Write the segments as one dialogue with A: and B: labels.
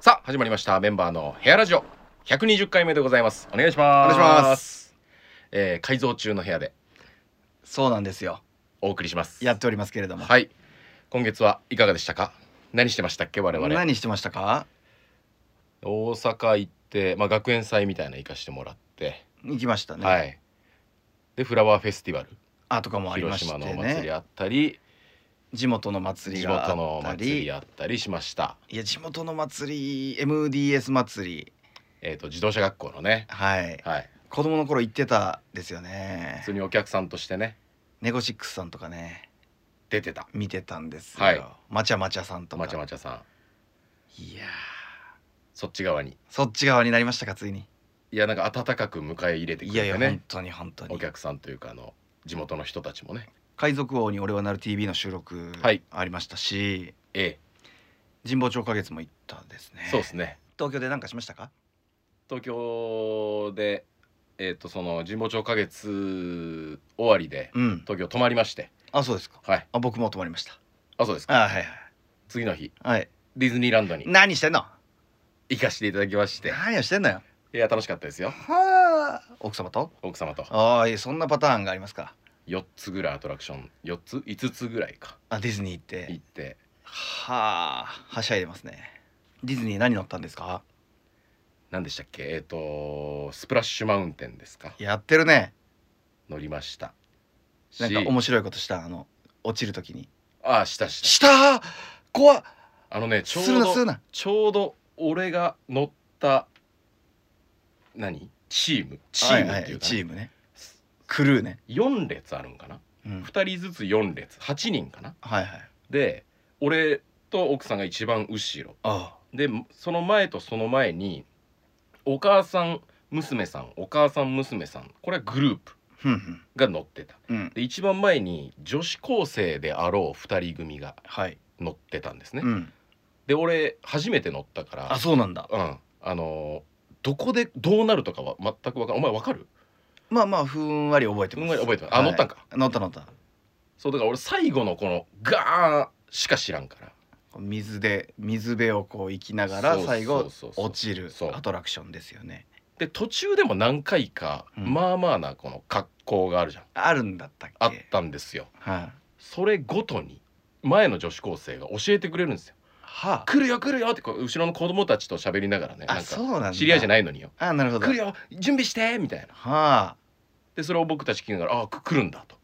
A: さあ始まりましたメンバーのヘアラジオ120回目でございますお願いし
B: お
A: ます
B: 願いします
A: えー改造中の部屋で
B: そうなんですよ
A: お送りします
B: やっておりますけれども、
A: はい今月はいかがでしたか何してましたっけ我々
B: 何してましたか
A: 大阪行ってまあ学園祭みたいなの行かしてもらって、
B: 行きましたね、
A: はいでフラワーフェスティバル
B: あとかもありま
A: 広
B: して
A: 島のお祭り
B: ね
A: あったり
B: 地元の祭り
A: 地
B: が
A: 元
B: あ
A: の
B: っ
A: お
B: た
A: 祭
B: り
A: りあったりしました
B: いや地元の祭り MDS 祭り
A: えっ、と自動車学校のね
B: はい
A: はい
B: 子供の頃行ってたですよね
A: 普通にお客さんとしてね
B: ネゴシックスさんとかね
A: 出てた
B: 見てたんですよ、
A: はい
B: まちゃまちゃさんとか
A: まちゃまちゃさん
B: いやー
A: そっち側に
B: そっち側になりましたかついに
A: いやなんか温かく迎え入れてくれ
B: い
A: て
B: や
A: ね
B: いや本当に本当
A: お
B: に
A: 客さんというかあの地元の人たちもね
B: 海賊王に俺はなる TV の収録
A: はい
B: ありましたし、
A: え
B: 神保町花月も行ったですね
A: えそうですね
B: 東京で何かしましたか
A: 東京でえっ、とその神保町花月終わりで
B: うん
A: 東京泊まりまして
B: あそうですか
A: はい
B: あ僕も泊まりました
A: あそうですか
B: あはいはい
A: 次の日
B: はい
A: ディズニーランドに
B: 何してんの
A: 行かせていただきまして
B: 何をしてんのよ
A: いや楽しかったですよ
B: はあ奥様と
A: 奥様と
B: ああいえそんなパターンがありますか
A: 4つぐらいアトラクション4つ5つぐらいか
B: あディズニー行って
A: 行って
B: はあはしゃいでますねディズニー何乗ったんですか
A: 何でしたっけえっ、とスプラッシュマウンテンですか
B: やってるね
A: 乗りました
B: なん
A: し
B: か面白いことしたあの落ちるときに
A: あしたした
B: した怖っ
A: あのねちょう
B: するなする
A: ど
B: な
A: ちょうど俺が乗った何チームチームっていうか
B: チ
A: な、
B: ームねクルーね
A: 4列あるんかな
B: うん
A: 2人ずつ4列8人かな
B: はいはい
A: で俺と奥さんが一番後ろ
B: あ
A: でその前とその前にお母さん娘さんお母さん娘さんこれはグループ
B: あふんふん
A: が乗ってた
B: うん
A: で一番前に女子高生であろう2人組が
B: はい
A: 乗ってたんですね、
B: うん
A: で俺初めて乗ったから
B: あそうなんだ
A: うんあのーどこでどうなるとかは全く分からんお前分かる
B: まあまあふんわり覚えてます
A: ふんわり覚えてますあ乗ったんか
B: 乗った乗った
A: そうだから俺最後のこのガーンしか知らんから
B: 水で水辺をこう行きながら
A: そう
B: 最
A: そう
B: 後
A: そうそう
B: 落ちる
A: そう
B: アトラクションですよね
A: で途中でも何回か、
B: うん
A: まあまあなこの格好があるじゃん
B: あるんだったっけ
A: あったんですよ
B: はい
A: それごとに前の女子高生が教えてくれるんですよ
B: はあ
A: 来るよ来るよってこう後ろの子供たちと喋りながらねな
B: あ
A: ん
B: そ
A: か
B: うなんだ
A: 知り合いじゃ
B: い
A: ないのによ
B: あなるほど
A: 来るよ準備してみたいな
B: はあ
A: でそれを僕たち聞きながらあく来るんだ と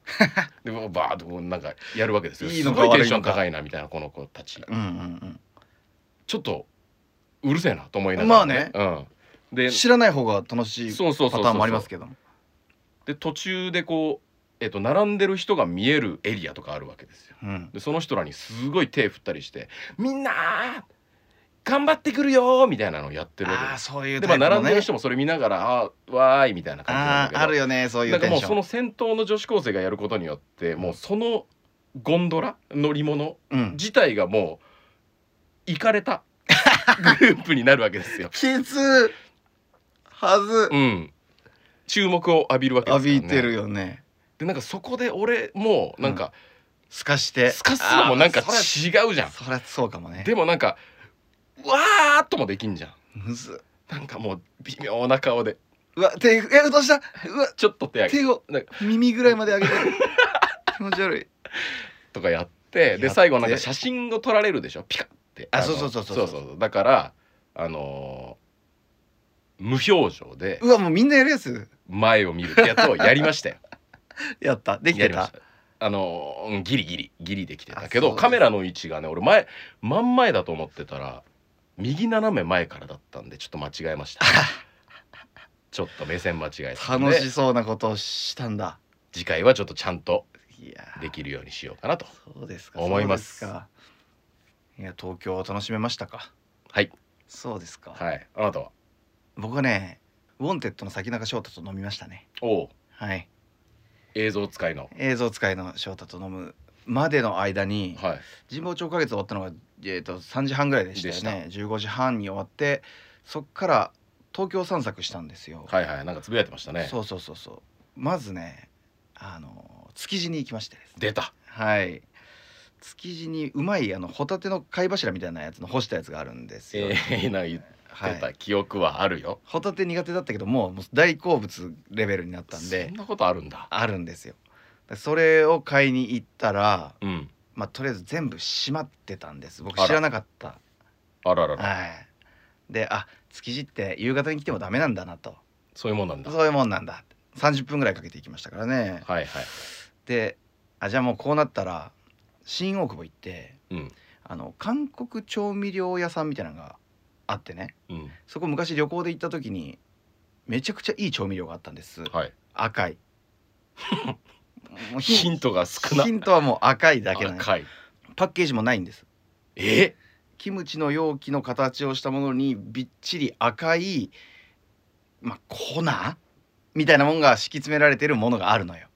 A: でバーッとこうなんかやるわけですよ
B: いいのか
A: すごいテンション
B: 悪いのか
A: 高いなみたいなこの子たち
B: うんうん
A: ちょっとうるせえなと思いながら、まあね、うん、
B: う
A: で
B: ん知らない方が楽しい
A: そうそうそうそ
B: パ
A: う
B: ターンもありますけども
A: で途中でこう、えっと並んでる人が見えるエリアとかあるわけですよ
B: うん
A: でその人らにすごい手振ったりして「みんな頑張ってくるよ!」みたいなのをやってるわけ
B: あ
A: で
B: あ
A: す
B: そういう
A: で、
B: タ
A: ま
B: イ
A: あ、
B: プ
A: 並
B: の
A: んで
B: ね
A: る人もそれ見ながら「あーわーい」みたいな感じなん
B: あ
A: だけ
B: あ
A: ど
B: あるよねそうい
A: な
B: うん
A: か
B: テ
A: も
B: ン
A: う
B: シ
A: そ
B: ョン
A: の先頭の女子高生がやることによってもうそのゴンドラ乗り物
B: うん
A: 自体がもう行かれ たグループになるわけですよ。
B: きつはず
A: うん、注目を浴びるわけです
B: 浴
A: から、ね、
B: びてるよね
A: でなんかそこで俺もうなんか
B: すかして
A: すかすのもなんか
B: あーそ
A: 違うじ
B: り
A: ゃ
B: ゃそりゃそうかもね
A: んでもなんかうわーっともできんじゃん
B: むずっ
A: なんかもう微妙な顔で
B: うわ手えどうしたうわ
A: ちょっと手上げ
B: 手を
A: なんか
B: 耳ぐらいまで上げて 気持ち悪い
A: とかやって
B: や
A: で
B: って
A: 最後なんか写真を撮られるでしょピカって
B: あ
A: の
B: そうそうそうそう
A: そうそうだからあのー無表情で
B: うわもうみんなやるやつ
A: 前を見るってやつをやりましたよ
B: やった でき
A: や
B: て
A: りましたたあのーうんギリギリギリできてた
B: あ
A: け
B: そ
A: ど
B: うです
A: カメラの位置がね俺前真ん前だと思ってたら右斜め前からだったんでちょっと間違えましたちょっと目線間違えたんで
B: 楽しそうなことをしたんだ
A: 次回はちょっとちゃんと
B: いやー
A: できるようにしようかなと
B: そうですか
A: 思います
B: そうでかいや東京を楽しめましたか
A: はい
B: そうですか、
A: はいあなたは
B: 僕はねウォンテッドの先中翔太と飲みましたね
A: おう
B: はい
A: 映像使いの
B: 映像使いの翔太と飲むまでの間に
A: はい
B: 神保町花月終わったのが、えー、と3時半ぐらいでしたよね15時半に終わってそっから東京散策したんですよ、
A: はいはいなんかつぶやいてましたね
B: そうそうそうそうまずねあの築地に行きましてですね
A: 出た
B: はい築地にうまいあのホタテの貝柱みたいなやつの干したやつがあるんですよ、
A: ええ なんか言って
B: は
A: た
B: い、
A: 記憶はあるよ、
B: ホタテ苦手だったけどもうもう大好物レベルになったんで
A: そんなことあるんだ
B: あるんですよでそれを買いに行ったら
A: うん
B: まあとりあえず全部閉まってたんです僕
A: あら
B: 知らなかった
A: あららら
B: はいであ築地って夕方に来てもダメなんだなと
A: そういうもんなんだ
B: そういうもんなんだって30分ぐらいかけて行きましたからね
A: はいはい
B: であじゃあもうこうなったら新大久保行って
A: うん
B: あの韓国調味料屋さんみたいなのがあってね
A: うん
B: そこ昔旅行で行った時にめちゃくちゃいい調味料があったんです
A: はい
B: 赤いもう
A: ヒントが少な
B: ヒントはもう赤いだけなんです
A: 赤い
B: パッケージもないんです
A: え
B: キムチの容器の形をしたものにびっちり赤いまあ粉みたいなもんが敷き詰められてるものがあるのよ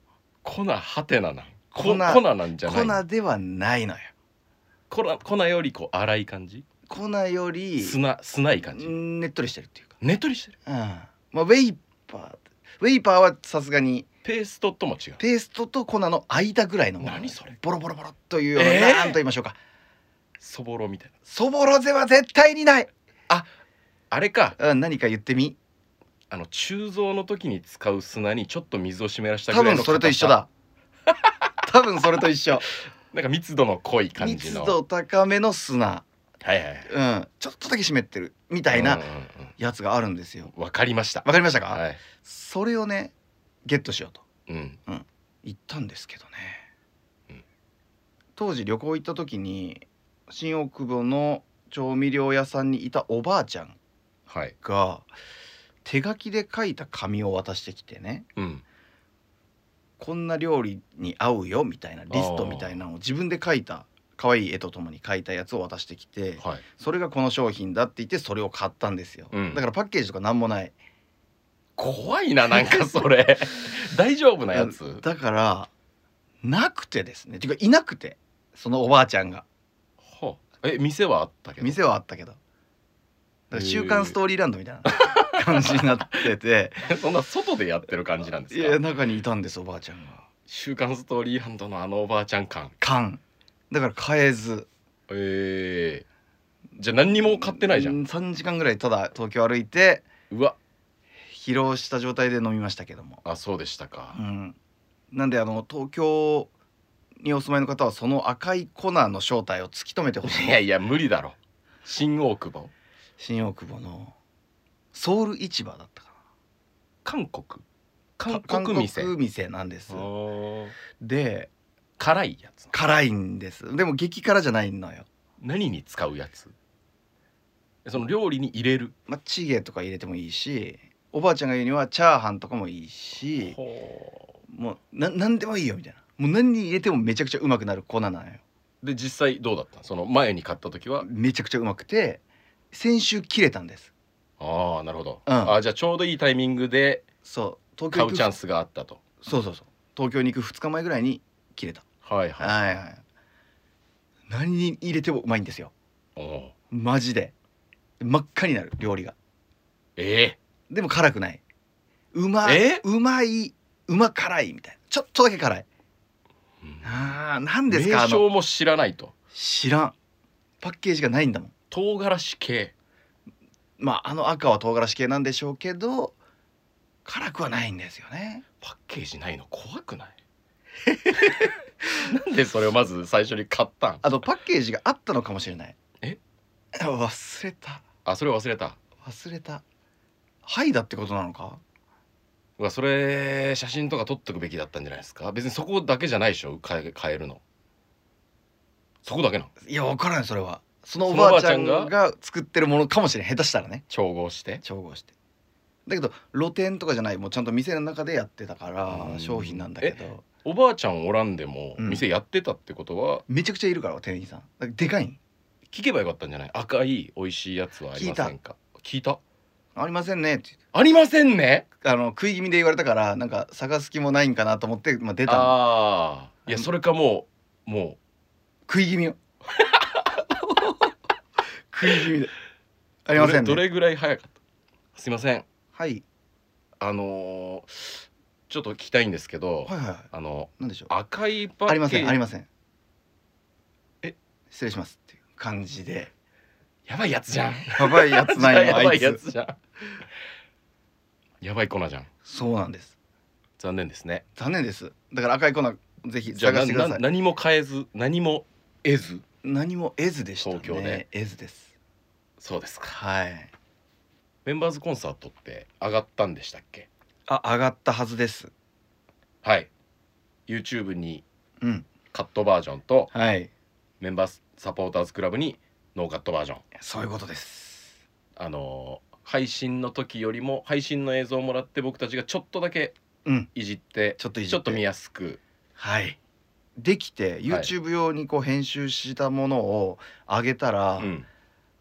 A: 粉ハテナなんこ
B: 粉
A: 粉なんじゃない
B: 粉ではないのよ
A: 粉粉よりこう粗い感じ
B: 粉より
A: 砂砂い感じ
B: ねっとりしてるっていうか、
A: ねっとりしてる
B: うんまあ、ウェイパーウェイパーはさすがに
A: ペーストとも違う
B: ペーストと粉の間ぐらいのもの
A: 何それ
B: ボロボロボロというような、
A: えー
B: なんと言いましょうか
A: そぼろみたいな
B: そぼろぜは絶対にない、
A: あれか
B: うん、何か言ってみ
A: あの鋳造の時に使う砂にちょっと水を湿らした
B: 多
A: ぐらい
B: 分
A: の
B: それと一緒だ多分それと一 緒
A: なんか密度の濃い感じ
B: 密
A: の
B: 度高めの砂、
A: はいはいみ
B: うん、ちょっとだけ湿ってるみたいなやつがあるんですよ
A: わかりました
B: わかりましたか、
A: はい
B: それをねゲットしようと
A: うん
B: 行ったんですけどね、
A: うん
B: 当時旅行行った時に新大久保の調味料屋さんにいたおばあちゃん
A: はい
B: が手書きで書いた紙を渡してきてね
A: うん
B: こんな料理に合うよみたいなリストみたいなのを自分で書いた可愛い絵とともに書いたやつを渡してきて、
A: はい
B: それがこの商品だって言ってそれを買ったんですよ、
A: うん
B: だからパッケージとか何もない
A: 怖いななんかそ れ大丈夫なやつ
B: だからなくてですねていうかいなくてそのおばあちゃんが
A: ほうえ店はあったけど
B: 店はあったけどだか
A: へ
B: ら「
A: ー
B: 週刊ストーリーランド」みたいな感じになってて
A: そんな外でやってる感じなんで
B: い
A: す
B: や
A: か
B: 中にいたんですおばあちゃんが
A: 週刊ストーリーハンドのあのおばあちゃん感
B: 缶だから買えず
A: えー、じゃあ何にも買ってないじゃん
B: 3時間ぐらいただ東京歩いて
A: うわ
B: 疲労した状態で飲みましたけども
A: あそうでしたか
B: うんなんであの東京にお住まいの方はその赤い粉の正体を突き止めてほしい
A: いやいや無理だろ新大久保
B: 新大久保のソウル市場だったか
A: 韓国韓
B: な
A: 国店
B: 韓国店なんです
A: あー
B: で
A: 辛いやつ
B: 辛いんですでも激辛じゃないのよ、
A: 何に使うやつその料理に入れる
B: まあ、チゲとか入れてもいいしおばあちゃんが言うにはチャーハンとかもいいし
A: ほ
B: もうな何でもいいよみたいなもう何に入れてもめちゃくちゃうまくなる粉なのよ
A: うで実際どうだったその前に買った時は
B: めちゃくちゃうまくて先週切れたんです
A: ああなるほど、
B: うん
A: あーじゃあちょうどいいタイミングで
B: そう東
A: 買
B: 京行
A: う
B: く
A: チャンスがあったと
B: そうそうそう東京に行く2日前ぐらいに切れた
A: はいはい
B: はいはい何に入れてもうまいんですよ
A: おー
B: マジで真っ赤になる料理が
A: え
B: でも辛くないうま
A: え
B: うまいうま辛いみたいなちょっとだけ辛い
A: えうん
B: あーなんですか
A: 名
B: あの
A: 称も知らないと
B: 知らんパッケージがないんだもん
A: 唐辛子系
B: まああの赤は唐辛子系なんでしょうけど辛くはないんですよね
A: パッケージないの怖くない なんでそれをまず最初に買ったん
B: あとパッケージがあったのかもしれない
A: え
B: 忘れた
A: あそれ忘れた
B: 忘れたはいだってことなのか
A: うわそれ写真とか撮っとくべきだったんじゃないですか別にそこだけじゃないでしょ買え買えるのそこだけなの
B: いや分からないそれはその
A: そ
B: お
A: のお
B: ば
A: ば
B: あ
A: あち
B: ち
A: ゃ
B: ゃ
A: ん
B: ん
A: が
B: が作ってるものかもしれない下手したらね
A: 調合して
B: 調合してだけど露店とかじゃないもうちゃんと店の中でやってたか
A: う
B: ら
A: ん
B: 商品なんだけど
A: おばあちゃんおらんでも
B: うん
A: 店やってたってことは、
B: めちゃくちゃいるから店員さんだからでかいん
A: 聞けばよかったんじゃない赤い美味しいやつはありませんか聞いた
B: ありませんねって
A: ありませんね
B: あの食い気味で言われたからなんか探す気もないんかなと思って、まあ、出たの
A: ああいやそれかもうも
B: 食い気味よ食い気味でありません
A: どれどれ
B: ね
A: ぐらい早かったすいません
B: はい
A: あのーちょっと聞きたいんですけど、
B: はいはいはい
A: あの
B: なんでしょう
A: 赤いパッケージ
B: ありませんありません
A: え
B: 失礼しますっていう感じで
A: やばいやつじゃん
B: やばいやつなん
A: や
B: やあ
A: ば
B: い
A: いや
B: つ
A: つじゃんやばい粉じゃん
B: そうなんです
A: 残念ですね
B: 残念ですだから赤い粉ぜひ
A: じゃあ
B: 探
A: な
B: してくださ
A: ない何も変えず何も得ず
B: 何も得ずでしたね
A: 東京で
B: 得ずです
A: そうですか
B: はい
A: メンバーズコンサートって上がったんでしたっけ
B: あ上がったはずです
A: はい YouTube に
B: うん
A: カットバージョンと
B: はい
A: メンバーサポーターズクラブにノーカットバージョン
B: そういうことです
A: あのー配信の時よりも配信の映像をもらって僕たちがちょっとだけ
B: うん
A: いじって
B: ちょっといじ
A: ちょっと見
B: や
A: やすく
B: はいできて YouTube 用にこう編集したものを上げたら、
A: うん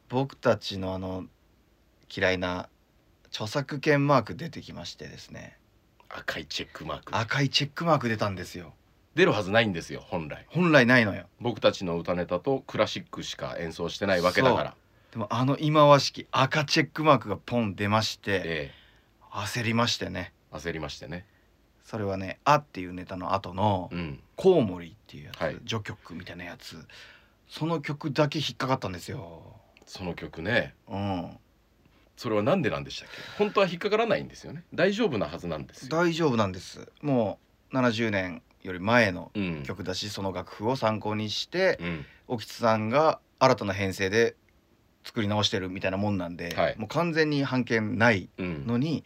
B: 僕たちのあの嫌いな著作権マーク出てきましてですね
A: 赤いチェックマーク
B: 赤いチェックマーク出たんですよ
A: 出るはずないんですよ本来
B: 本来ないのよ
A: 僕たちの歌ネタとクラシックしか演奏してないわけだから、
B: でもあの忌まわしき赤チェックマークがポン出まして
A: え
B: 焦りましてね
A: え焦りましてね
B: それはね「あ」っていうネタの後の
A: うん
B: 「コウモリ」っていうやつ、
A: はい
B: 序曲みたいなやつその曲だけ引っかかったんですよ
A: その曲ね
B: うん
A: それはなんでなんでしたっけ本当は引っかからないんですよね大丈夫なはずなんですよ、
B: 大丈夫なんですもう70年より前の
A: うん
B: 曲だしその楽譜を参考にして
A: うん、
B: 興津さんが新たな編成で作り直してるみたいなもんなんで、
A: はい
B: もう完全に版権ない
A: うん、
B: のに、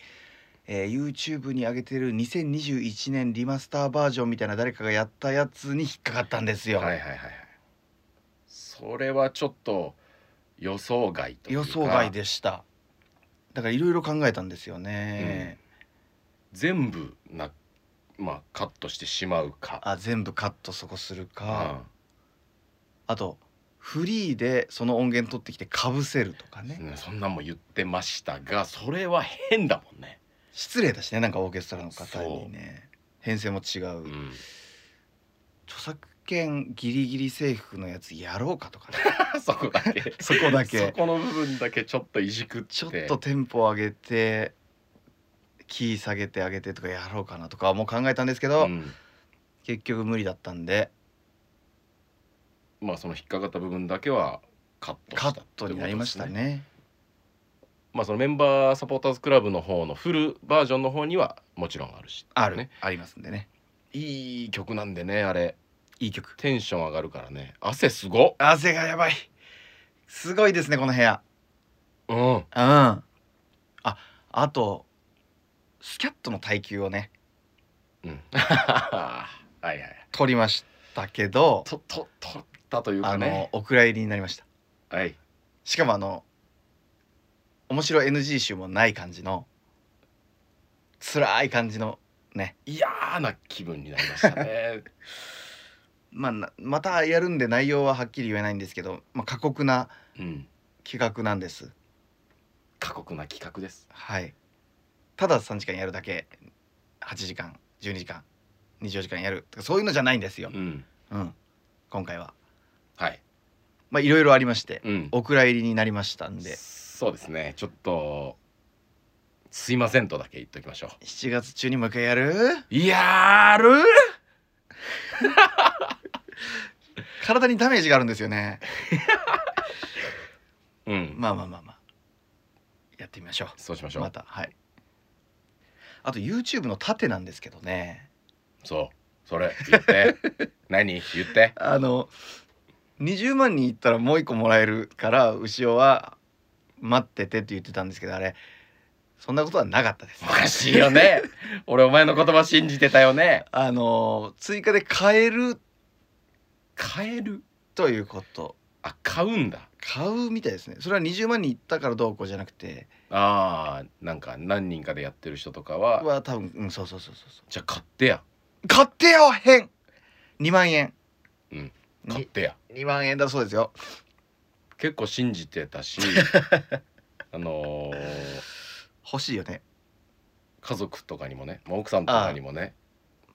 B: えー YouTube に上げてる2021年リマスターバージョンみたいな誰かがやったやつに引っかかったんですよ、
A: はいはいはいはいそれはちょっと予想外というか
B: 予想外でしただからいろいろ考えたんですよね、
A: 全部なまあカットしてしまうか
B: あ全部カットそこするか、
A: うん
B: あとフリーでその音源取ってきてかぶせるとかね、
A: うんそんなんも言ってましたがそれは変だもんね、
B: 失礼だしねなんかオーケストラの方にね編成も違う、
A: うん、
B: 著作権ギリギリ制服のやつやろうか とかね
A: そこだけ
B: そこだ
A: そ
B: け
A: この部分だけちょっといじくって
B: ちょっとテンポ上げてキー下げて上げてとかやろうかなとかもう考えたんですけど、
A: うん
B: 結局無理だったんで
A: まあその引っかかった部分だけはカットした
B: カ
A: って
B: ットになりました
A: ことです
B: ね。
A: まあそのメンバーサポーターズクラブの方のフルバージョンの方にはもちろんあるし
B: ある、
A: ね
B: ありますんでね
A: いい曲なんでねあれ
B: いい曲
A: テンション上がるからね汗すごっ
B: 汗がやばいすごいですねこの部屋
A: うん
B: うんああとスキャットの耐久をね
A: うん はいはい
B: 取りましたけど
A: とととったという
B: あ
A: か
B: の
A: ね
B: お蔵入りになりました
A: はい
B: しかもあの面白い NG 集もない感じの辛い感じのね
A: 嫌な気分になりましたね
B: まあなまたやるんで内容ははっきり言えないんですけど、まあ、過酷な
A: うん
B: 企画なんです
A: 過酷な企画です
B: はいただ3時間やるだけ8時間12時間24時間やるとかそういうのじゃないんですよ
A: う、ん
B: うん、今回は
A: はい
B: まあいろいろありまして
A: うん
B: お蔵入りになりましたんで
A: そうですねちょっとすいませんとだけ言っときましょう
B: 7月中にもう一回やる
A: やる
B: 体にダメージがあるんですよね
A: うん、
B: まあまあまあまあやってみましょう
A: そうしましょう、
B: またはいあと YouTube の縦なんですけどね
A: そうそれ言って 何言って
B: あの20万人いったらもう一個もらえるから牛尾は待っててって言ってたんですけどあれそんなことはなかったです
A: おかしいよね俺お前の言葉信じてたよね
B: あの追加で買える
A: 買える
B: ということ
A: あ買うんだ
B: 買うみたいですねそれは20万人いったからどうこうじゃなくて
A: あーなんか何人かでやってる人とかは
B: は多分うんそうそうそうそうそ
A: じゃあ買ってや
B: う買ってよ変2万円
A: うん
B: に
A: 買ってや
B: 2万円だそうですよ
A: 結構信じてたし あのー
B: 欲しいよね
A: 家族とかにもねまあ奥さんとかにもね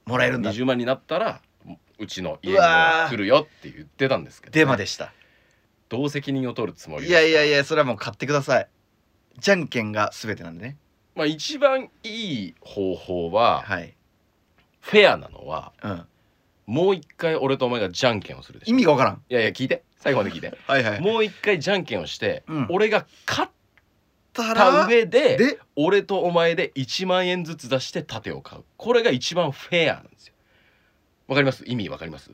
B: もらえるんだ
A: 20万になったらうちの家に
B: う
A: も
B: わー
A: 来るよって言ってたんですけど、
B: デマでした
A: どう責任を取るつもり
B: いやいやい
A: や
B: やそれはもう買ってくださいじゃんけんが全てなんでね
A: まあ一番いい方法は、
B: はい、
A: フェアなのは
B: うん、
A: もう一回俺とお前がじゃんけんをするでしょ
B: 意味がわからん
A: いやいや聞いて最後まで聞いて
B: はいは
A: もう一回じゃんけんをして、
B: うん
A: 俺が勝ったた
B: ら
A: 上で
B: で
A: 俺とお前で1万円ずつ出して盾を買うこれが一番フェアなんですよわかります意味わかり ます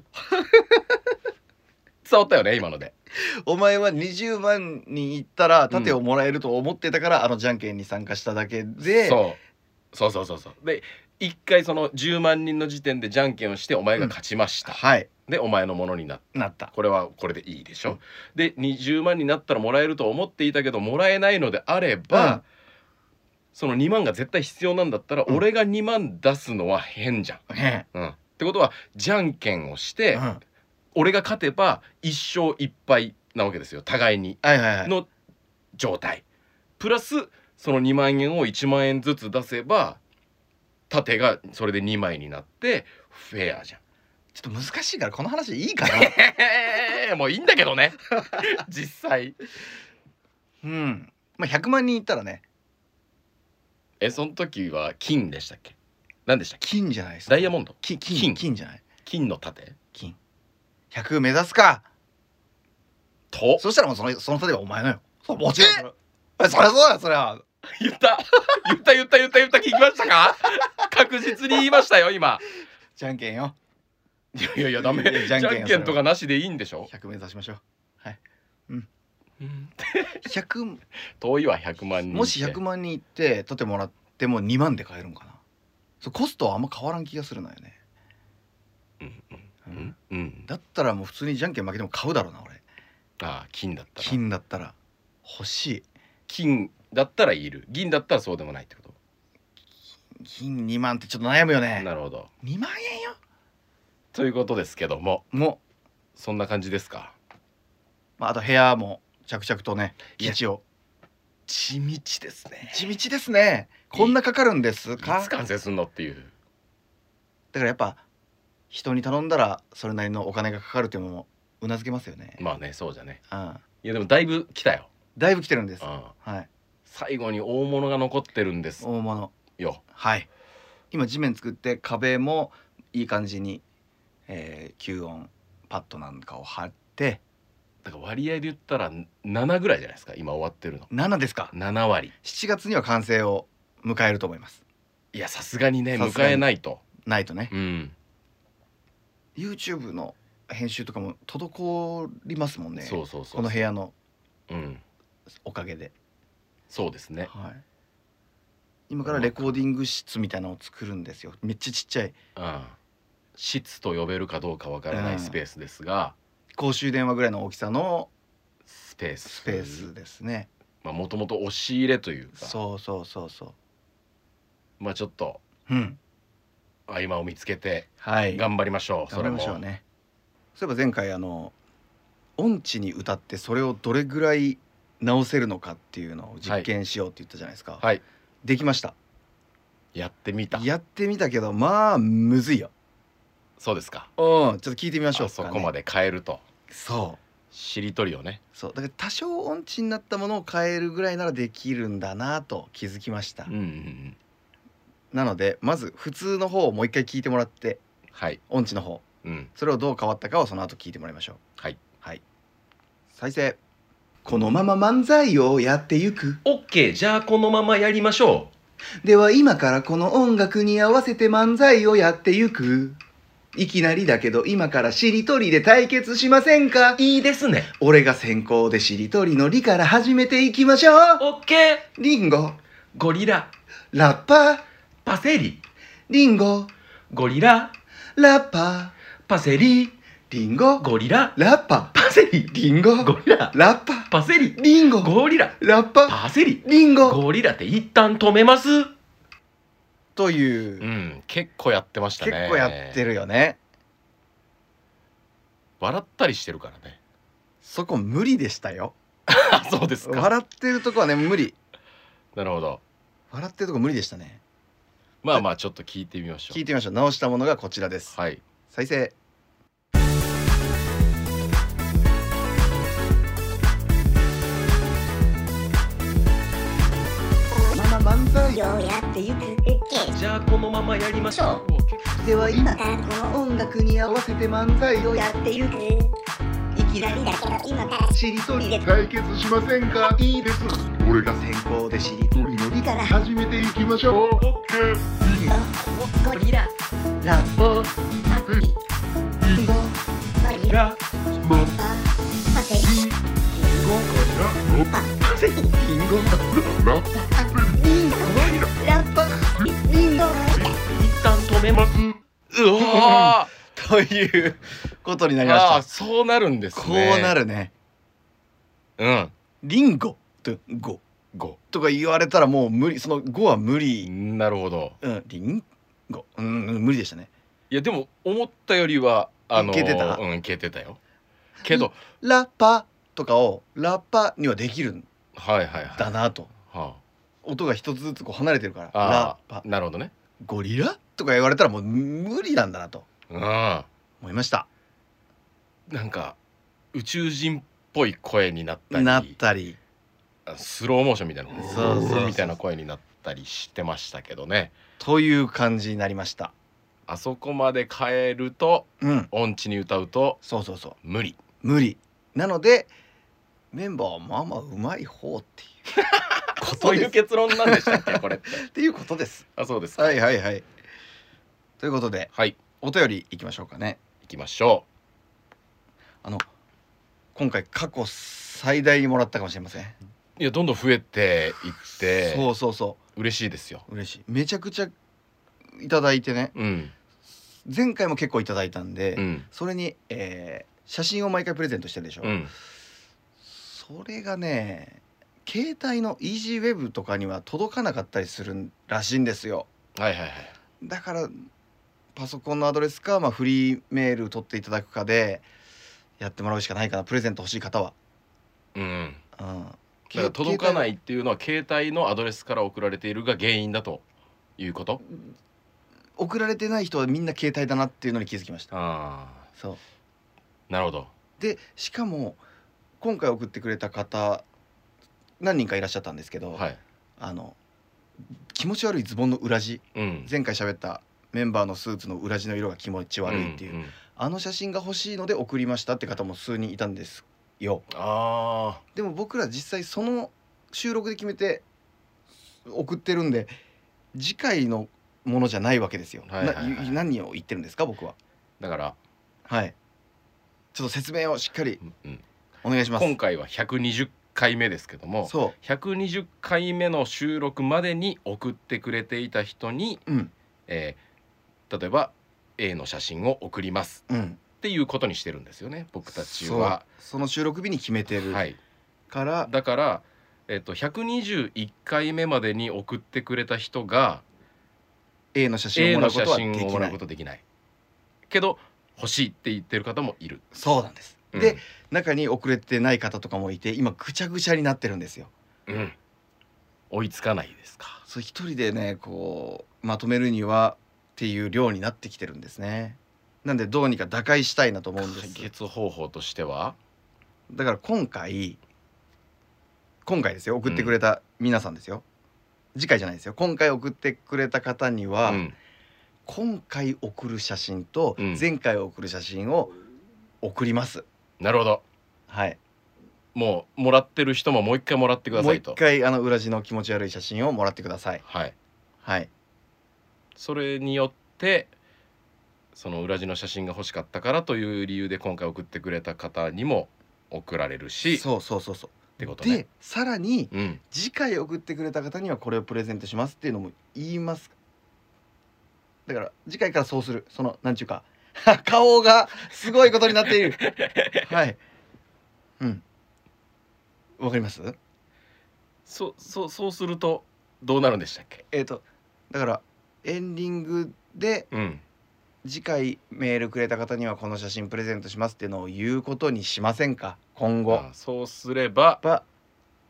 A: 伝わったよね今ので
B: お前は20万に行ったら盾をもらえると思ってたから、あのじゃんけんに参加しただけで
A: そうそうそうそうそうで一回その10万人の時点でじゃんけんをしてお前が勝ちました、
B: はい
A: でお前のものになった
B: なった
A: これはこれでいいでしょ、
B: うん
A: で20万になったらもらえると思っていたけどもらえないのであれば、その2万が絶対必要なんだったら、
B: うん
A: 俺が2万出すのは変じゃん、
B: うんね
A: うん、ってことはじゃんけんをして、
B: うんはい
A: 俺が勝てば一勝一敗なわけですよ互いに
B: はいはい
A: の状態プラスその2万円を1万円ずつ出せば盾がそれで2枚になってフェアじゃん
B: ちょっと難しいからこの話い いかな
A: えーもういいんだけど ね実際
B: うんまあ100万人行ったらね
A: えその時は金でしたっけ何でしたっけ
B: 金じゃないですか
A: ダイヤモンド
B: 金
A: 金
B: 金金じゃない
A: 金の盾
B: 金100目指すか
A: と
B: そしたらもうそのその例えばお前のよそうもちろんそれえそりゃそうだよそりゃ
A: 言った言った言った言った言った聞きましたか確実に言いましたよ今
B: じゃんけんよ
A: いやいやいやダメ
B: いやいや
A: じ
B: じ
A: ゃ
B: ゃ
A: ん
B: ん
A: け
B: け
A: ん
B: ん
A: とかなしでいいんでしょ
B: 100目指しましょうはい100
A: 遠いは100万人って
B: もし100万人行って盾もらっても2万で買えるんかなそうコストはあんま変わらん気がするのよね、
A: うん
B: う
A: うんんうん
B: だったらもう普通にじゃんけん負けても買うだろうな俺
A: ああ金だったら
B: 金だったら欲しい
A: 金だったらいる銀だったらそうでもないってこと
B: 金2万ってちょっと悩むよね
A: なるほど
B: 2万円よ
A: ということですけども
B: も
A: そんな感じですか
B: う、まあ、あと部屋も着々とね
A: いや
B: 基地を
A: 地道ですね
B: 地道ですねこんなかかるんです
A: い
B: か
A: つ完成すんのっていう
B: だからやっぱ人に頼んだらそれなりのお金がかかるっていうのもうなずけますよね、
A: まあねそうじゃね
B: うん、
A: いやでもだいぶ来たよ、
B: だいぶ来てるんです、
A: うん、
B: はい
A: 最後に大物が残ってるんです
B: 大物
A: よ
B: はい今地面作って壁もいい感じに、えー、吸音パッドなんかを貼って
A: だから割合で言ったら7ぐらいじゃないですか今終わってるの
B: 7ですか
A: 7割
B: 7月には完成を迎えると思います
A: いやさすがにね
B: さすが
A: 迎
B: に
A: えないと
B: ないとね
A: うん
B: YouTube の編集とかも滞りますもんね
A: そうそうそう
B: この部屋の
A: うん
B: おかげで、
A: そうですね
B: はい、今からレコーディング室みたいなのを作るんですよめっちゃちっちゃい
A: うん室と呼べるかどうかわからな
B: う
A: い
B: ん
A: スペースですが、
B: 公衆電話ぐらいの大きさの
A: スペース
B: スペースですね、
A: まあもともと押し入れというか
B: そうそうそうそ
A: まあちょっと
B: ううん
A: 合間を見つけて
B: はい
A: 頑張りましょう、
B: 頑張りましょう
A: ね
B: ねそういえば前回あの音痴に歌ってそれをどれぐらい直せるのかっていうのを実験しようって言ったじゃないですか、
A: はい
B: できました
A: やってみた
B: やってみたけどまあむずいよ
A: そうですか
B: うんちょっと聞いてみましょう
A: あ
B: か、
A: そこまで変えると
B: そう
A: しりとりをね
B: そうだから多少音痴になったものを変えるぐらいならできるんだなと気づきました、
A: うんうんうん
B: なのでまず普通の方をもう一回聞いてもらって
A: はい
B: 音痴の方
A: うん
B: それをどう変わったかをその後聞いてもらいましょう
A: はい
B: はい再生このまま漫才をやってゆく
A: OK じゃあこのままやりましょ
B: では今からこの音楽に合わせて漫才をやってゆくいきなりだけど今からしりとりで対決しませんか
A: ういいですね
B: 俺が先行でしりとりの「り」から始めていきましょう
A: OK
B: リンゴ
A: ゴリラ
B: ラッパー
A: パセリ
B: リンゴ
A: ゴリラ
B: ラッパ
A: パセリ
B: ーリンゴ
A: ゴリラ
B: ラッパ
A: パセリ
B: リンゴ
A: ゴリラ
B: ラッパー
A: パセリ
B: リンゴ
A: ゴリラ
B: ラッパー
A: パセリ
B: リンゴ
A: ゴリラって一旦止めます
B: という
A: うん結構やってましたね
B: 結構やってるよね
A: 笑ったりしてるから ね
B: そこ無理でしたよ
A: あそうですか
B: 笑ってるとこはね無理
A: なるほど
B: 笑ってるとこ無理でしたね
A: まあまあちょっと聞いてみましょう
B: 聞いてみましょう直したものがこちらです
A: はい
B: 再生
C: どうやって行くっけ
A: じゃあこのままやりましょう
D: では今こ
C: さあ
D: の音楽に合わせて漫才を
C: どう
D: や
C: やって行くいきなりだけど今から
D: しりとりで
E: 対決しませんかいいです俺が
B: 先行でしりと
E: ノリノリ
C: から
E: 始めていきましょうオッケ
C: ゴ
E: ー
C: リラ
D: ラップ
C: パクリゴゴリラ
E: ラモン
C: パセリ
D: キングオブ
E: ララ
C: ラッパインド
A: 一旦止めますうわ
B: ということにな
A: ー
B: りま
A: あー
B: し
A: そうなるんで
B: た
A: す
B: こ
A: ね
B: うなるね
A: うん
B: リンゴとゴ
A: 五
B: とか言われたらもう無理そのゴは無理
A: なるほど
B: うんリンゴうんうん無理でしたね
A: いやでも思ったよりはあの
B: いけてた
A: うんいけてたよけど
B: ラッパとかをラッパにはできるん
A: はいはいはい
B: だなと
A: は
B: 音が一つずつこう離れてるから
A: あ
B: ラッ
A: あ
B: パ
A: なるほどね
B: ゴリラとか言われたらもう無理なんだなと
A: うんな
B: 思いました
A: んか宇宙人っぽい声になったり
B: なったり
A: スローモーションみたいな
B: そうそうそう
A: みたいな声になったりしてましたけどね
B: という感じになりました
A: あそこまで変えると
B: うん
A: 音痴に歌うと
B: そうそうそう
A: 無理
B: 無理なのでメンバーはまあまあうまい方っていうこ
A: そ
B: と
A: うい
B: で
A: う
B: す
A: 結論なんでしたっけこ れって
B: っていうことです
A: あそうですか
B: はいはいはいということで
A: はい
B: お便りいきましょうかね
A: 行きましょ
B: あの今回過去最大にもらったかもしれません
A: ういやどんどん増えていって
B: そうそうそ
A: 嬉しいですよ
B: う嬉しいめちゃくちゃいただいてね
A: うん
B: 前回も結構いただいたんで、
A: うん
B: それに、えー写真を毎回プレゼントしてるでしょ、
A: うん
B: それがね携帯の EasyWeb とかには届かなかったりするらしいんですよ
A: はいはいはい
B: だからパソコンのアドレスか、まあ、フリーメール取っていただくかでやってもらうしかないかなプレゼント欲しい方は、
A: うん
B: うん、
A: だから届かないいっていうのは携帯のアドレスから送られているが原因だということ
B: 送られてない人はみんな携帯だなっていうのに気づきました
A: あ
B: そう
A: あなるほど
B: でしかも今回送ってくれた方何人かいらっしゃったんですけど、
A: はい
B: あの気持ち悪いズボンの裏地
A: うん
B: 前回喋ったメンバーのスーツの裏地の色が気持ち悪いっていう、
A: んん
B: あの写真が欲しいので送りましたって方も数人いたんですよ
A: ああ
B: でも僕ら実際その収録で決めて送ってるんで次回のものじゃないわけですよ、
A: はいはいはい
B: なゆ何を言ってるんですか僕は
A: だから、
B: はいちょっと説明をしっかり
A: うんうん
B: お願いします
A: 今回は120回目ですけども
B: そ
A: 120回目の収録までに送ってくれていた人に、
B: ううん
A: えー例えば A の写真を送ります
B: うん
A: っていうことにしてるんですよね僕たちは。
B: そうその収録日に決めてる
A: はい、
B: から、
A: だから、えっと121回目までに送ってくれた人が
B: A の写真
A: A
B: をも
A: の
B: らうこ
A: 写
B: とはで
A: 真を
B: き
A: も
B: な
A: ら
B: いう
A: ことできないけど欲しいって言ってる方もいる。
B: そうなんです、
A: うん
B: で、中に遅れてない方とかもいて今ぐちゃぐちゃになってるんですよ
A: うん、追いつかないですか。
B: そう一人でねこうまとめるにはっていう量になってきてるんですねなんでどうにか打開したいなと思うんです
A: 解決方法としては、
B: だから今回今回ですよ送ってくれた皆さんですよ、次回じゃないですよ今回送ってくれた方には、
A: うん
B: 今回送る写真と
A: うん
B: 前回送る写真を送ります、
A: なるほど
B: はい
A: もうもらってる人ももう一回もらってくだ
B: も
A: さ
B: う
A: いと。
B: 一回あの裏地の気持ち悪い写真をもらってください
A: はい、
B: はい
A: それによってその裏地の写真が欲しかったからという理由で今回送ってくれた方にも送られるしっ
B: そうそうそうそう
A: てことね
B: で。さらに
A: うん、
B: 次回送ってくれた方にはこれをプレゼントしますっていうのも言いますだから次回からそうするそのなんちゅうか 顔がすごいことになっているはいうんわかります
A: そそそうするとどうなるんでしたっけ、
B: えっ、とだからエンディングで
A: うん、
B: 次回メールくれた方にはこの写真プレゼントしますっていうのを言うことにしませんか今後
A: あそうすれば
B: は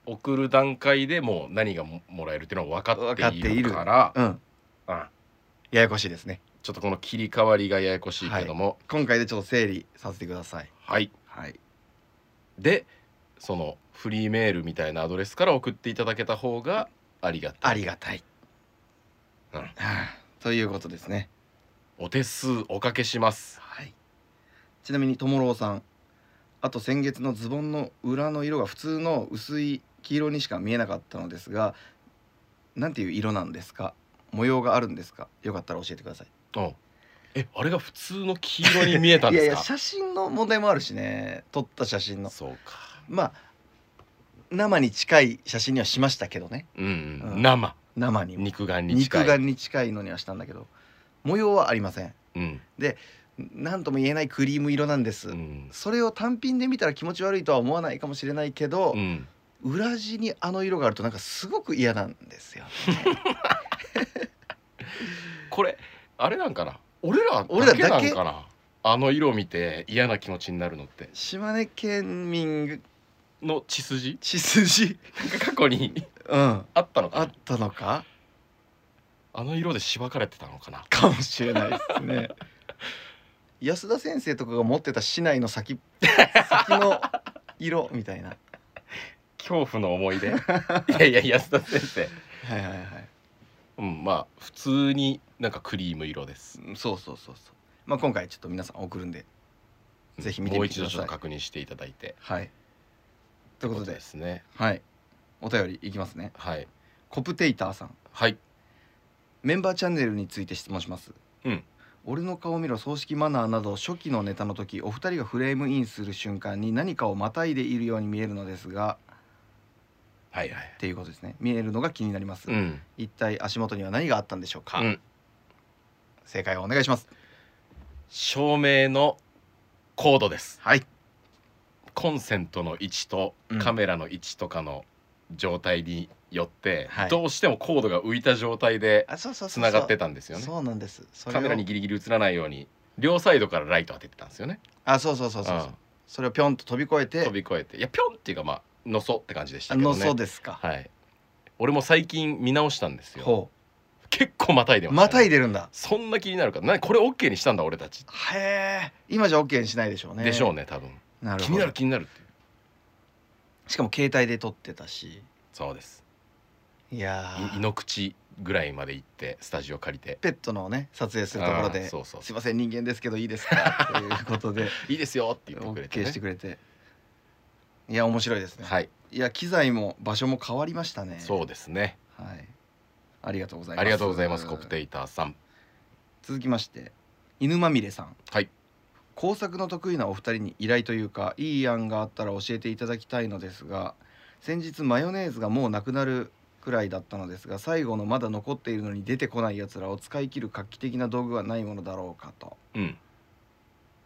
A: 送る段階でもう何がももらえるっていうのは分かっている
B: 分か
A: か
B: っ
A: ら
B: うん
A: あ
B: ややこしいですね
A: ちょっとこの切り替わりがややこしいけども、
B: 今回でちょっと整理させてください
A: はい、
B: はい
A: でそのフリーメールみたいなアドレスから送っていただけた方がありがたい
B: ありがたいあということですね
A: お手数おかけします
B: はいちなみにともろうさんあと先月のズボンの裏の色が普通の薄い黄色にしか見えなかったのですがなんていう色なんですか模様があるんですかよかったら教えてください
A: うんえあれが普通の黄色に見えたん
B: い
A: で
B: やい
A: す
B: や
A: か
B: 写真の問題もあるしね撮った写真の
A: そうか
B: まあ生に近い写真にはしましたけどね
A: うんうん、
B: うん
A: 生
B: 生にも
A: 肉眼に近い
B: 肉眼に近いのにはしたんだけど模様はありません
A: うん、
B: 何とも言えないクリーム色なんです、
A: うん
B: それを単品で見たら気持ち悪いとは思わないかもしれないけど
A: う、ん、
B: 裏地にあの色があるとなんかすごく嫌なんですよ、ね、
A: これあれなんかな俺ら
B: 俺ら
A: だ
B: だ
A: け
B: け
A: なんかなあの色見て嫌な気持ちになるのって
B: 島根県民
A: の血筋
B: 血筋
A: なんか過去に
B: うん
A: あったのか
B: あ
A: な
B: ったのか
A: あの色でしばかれてたのかな
B: かもしれないですね安田先生とかが持ってた市内の先先の色みたいな
A: 恐怖の 思い出いやいや安田先生
B: はいはいはい
A: うんまあ普通になんかクリーム色です
B: うんそうそうそうそうまあ今回ちょっと皆さん送るんでぜひ見てみてください
A: もう一度ちょっと確認していただいて
B: はいということで
A: ですね
B: はいお便りいきますね
A: はい
B: コプテイターさん
A: はい
B: メンバーチャンネルについて質問します
A: うん
B: 俺の顔見ろ葬式マナーなど初期のネタの時お二人がフレームインする瞬間に何かをまたいでいるように見えるのですが
A: はいはい
B: っていうことですね見えるのが気になります、
A: うん
B: 一体足元には何があったんでしょうか、
A: うん
B: 正解をお願いします
A: 照明のコードです
B: はい
A: コンセントの位置と
B: うん
A: カメラの位置とかの状態によって、
B: はい
A: どうしてもコードが浮いた状態で
B: あそうそう
A: つながって
B: た
A: たんですよね
B: そうなんですそれを
A: カメラにギリギリ映らないように両サイドからライト当ててたんですよね
B: あそうそうそうそうそうそれをぴょんと飛び越え
A: うん
B: て
A: 飛び越えていやピョンっていうかまあのそって感じでした
B: あ
A: けど
B: の
A: ね
B: そうですか、
A: はい俺も最近見直したんですよ
B: ほ
A: 結構またいで
B: う
A: ました、
B: またいでるんだ
A: そんな気になるからなこれ OK にしたんだ俺たち、
B: へえ今じゃ OK にしないでしょうね
A: でしょうね多分
B: なる
A: 気
B: ほ
A: になる
B: ど
A: 気になるっていう
B: しかも携帯で撮ってたし
A: そうです
B: いや
A: い
B: ー
A: 井の口ぐらいまで行ってスタジオ借りて
B: ペットのね撮影するところ
A: あー
B: で
A: そうそう
B: すいません人間ですけどいいですか?」ということで
A: いいですよ って言ってくれて、ね
B: OK してくれていや面白いですね、
A: はい、
B: い、や機材も場所も変わりましたね
A: そうですね。
B: はいありがとうございます
A: ありがとうございます、コプテイターさん。
B: 続きまして犬まみれさん
A: はい
B: 工作の得意なお二人に依頼というかいい案があったら教えていただきたいのですが先日マヨネーズがもうなくなるくらいだったのですが最後のまだ残っているのに出てこないやつらを使い切る画期的な道具はないものだろうかと
A: うん、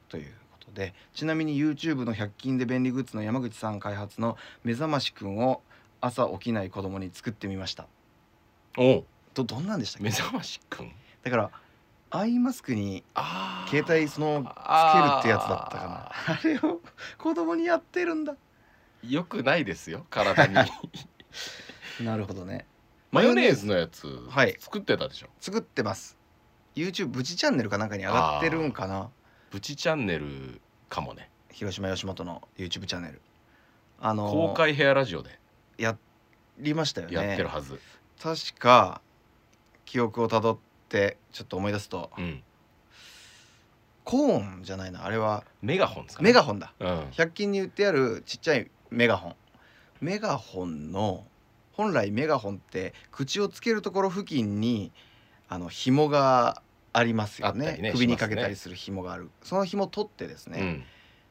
B: ということでちなみに YouTube の100均で便利グッズの山口さん開発の目覚ましくんを朝起きない子供に作ってみました
A: おう
B: どどんなんでしたっ
A: 目
B: け
A: 覚ましくん。
B: だからアイマスクに
A: あー
B: 携帯そのつけるってやつだったかなあれを子供にやってるんだ
A: よくないですよ、体に。
B: なるほどね
A: マヨネーズのやつ、
B: はい
A: 作ってたでしょ。
B: 作ってます YouTube ブチチャンネルかなんかに上がってるんかな
A: ブチチャンネルかもね。
B: 広島吉本の YouTube チャンネルあのー
A: 公開ヘアラジオで
B: やりましたよね
A: やってるはず。
B: 確か記憶をたどってちょっと思い出すと
A: うん、
B: コーンじゃないなあれは
A: メガホンですか、ね。
B: メガホンだ
A: ガ。うん。
B: 100均に売ってあるちっちゃいメガホンメガホンの本来メガホンって口をつけるところ付近にあの紐がありますよ
A: あっ
B: ね
A: たりね
B: 首に
A: します
B: か
A: ね
B: けたりする紐がある、その紐取ってですね、
A: うん、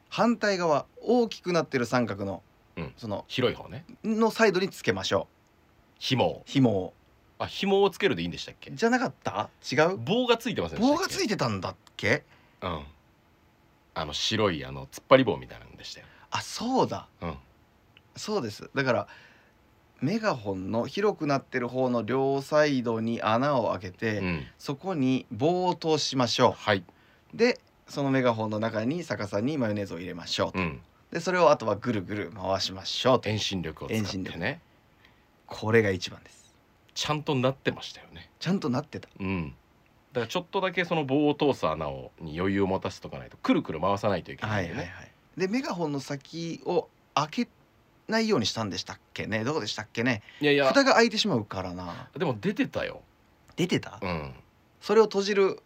B: 反対側大きくなってる三角の、
A: うん
B: その
A: 広い方ね。
B: のサイドにつけましょ
A: 紐を
B: う。紐を
A: あ、紐をつけるでいいんでしたっけ。
B: じゃなかった違う
A: 棒がついてませんでした
B: 棒
A: っけ。
B: がついてたんだっけ
A: うん。あの白いあの突っ張り棒みたいなんでしたよ。
B: あそうだ
A: うん。
B: そうですだからメガホンの広くなってる方の両サイドに穴を開けて、
A: うん。
B: そこに棒を通しましょ
A: はい。
B: うでそのメガホンの中に逆さにマヨネーズを入れましょうと、
A: うん。
B: でそれをあとはぐるぐる回しましょうと
A: 遠心力を使
B: 遠心
A: ってね
B: 力これが一番です
A: ちゃんとなってましたよね
B: ちゃんとなってた
A: うんだからちょっとだけその棒を通す穴をに余裕を持たせとかないとくるくる回さないといけ
B: は
A: ないいよ
B: はいはい
A: ね、
B: でメガホンの先を開けないようにしたんでしたっけねどうでしたっけね
A: いやいや
B: 蓋が開いてしまうからな
A: でも出てたよ
B: 出てた、
A: うん
B: それを閉じる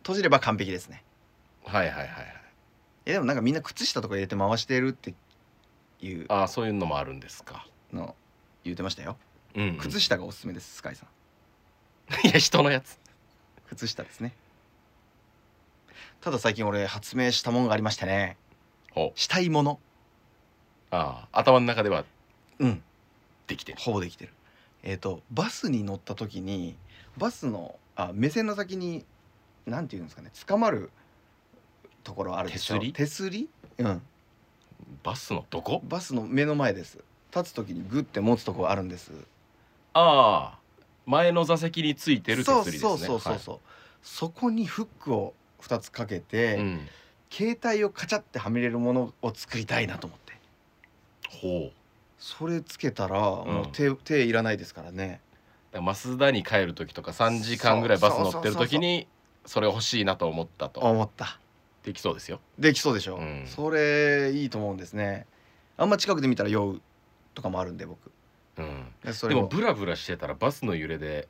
B: 閉じれば完璧ですね
A: はいはいはいはい
B: えでもなんかみんな靴下とか入れて回してるっていう
A: ああそういうのもあるんですか
B: の言ってましたよ
A: うん、うん、
B: 靴下がおすすめですスカイさん
A: いや人のやつ
B: 靴下ですねただ最近俺発明したもんがありましてね
A: ほう
B: したいもの
A: ああ頭の中では
B: うん
A: できてる
B: ほぼできてるえっ、とバスに乗った時にバスのあ目線の先になんていうんですかね捕まるところあるでしょ
A: 手すり
B: 手すりうん
A: バスのどこ
B: バスの目の前です立つ時にグッて持つとこあるんです
A: ああ前の座席についてる手
B: そう
A: すりですね
B: そうそうそうそう、そこにフックを2つかけて、
A: はいうん、
B: 携帯をカチャってはみ出るものを作りたいなと思って
A: ほう
B: それつけたらもう手,、手いらないですからね
A: だから増田に帰る時とか3時間ぐらいバス乗ってる時にそれ欲しいなと思ったと
B: 思った
A: できそうですよ
B: できそうでしょ、
A: うん
B: それいいと思うんですねあんま近くで見たら酔うとかもあるんで僕
A: うん
B: でそ
A: で
B: れ
A: も
B: を
A: ブラブラしてたらバスの揺れで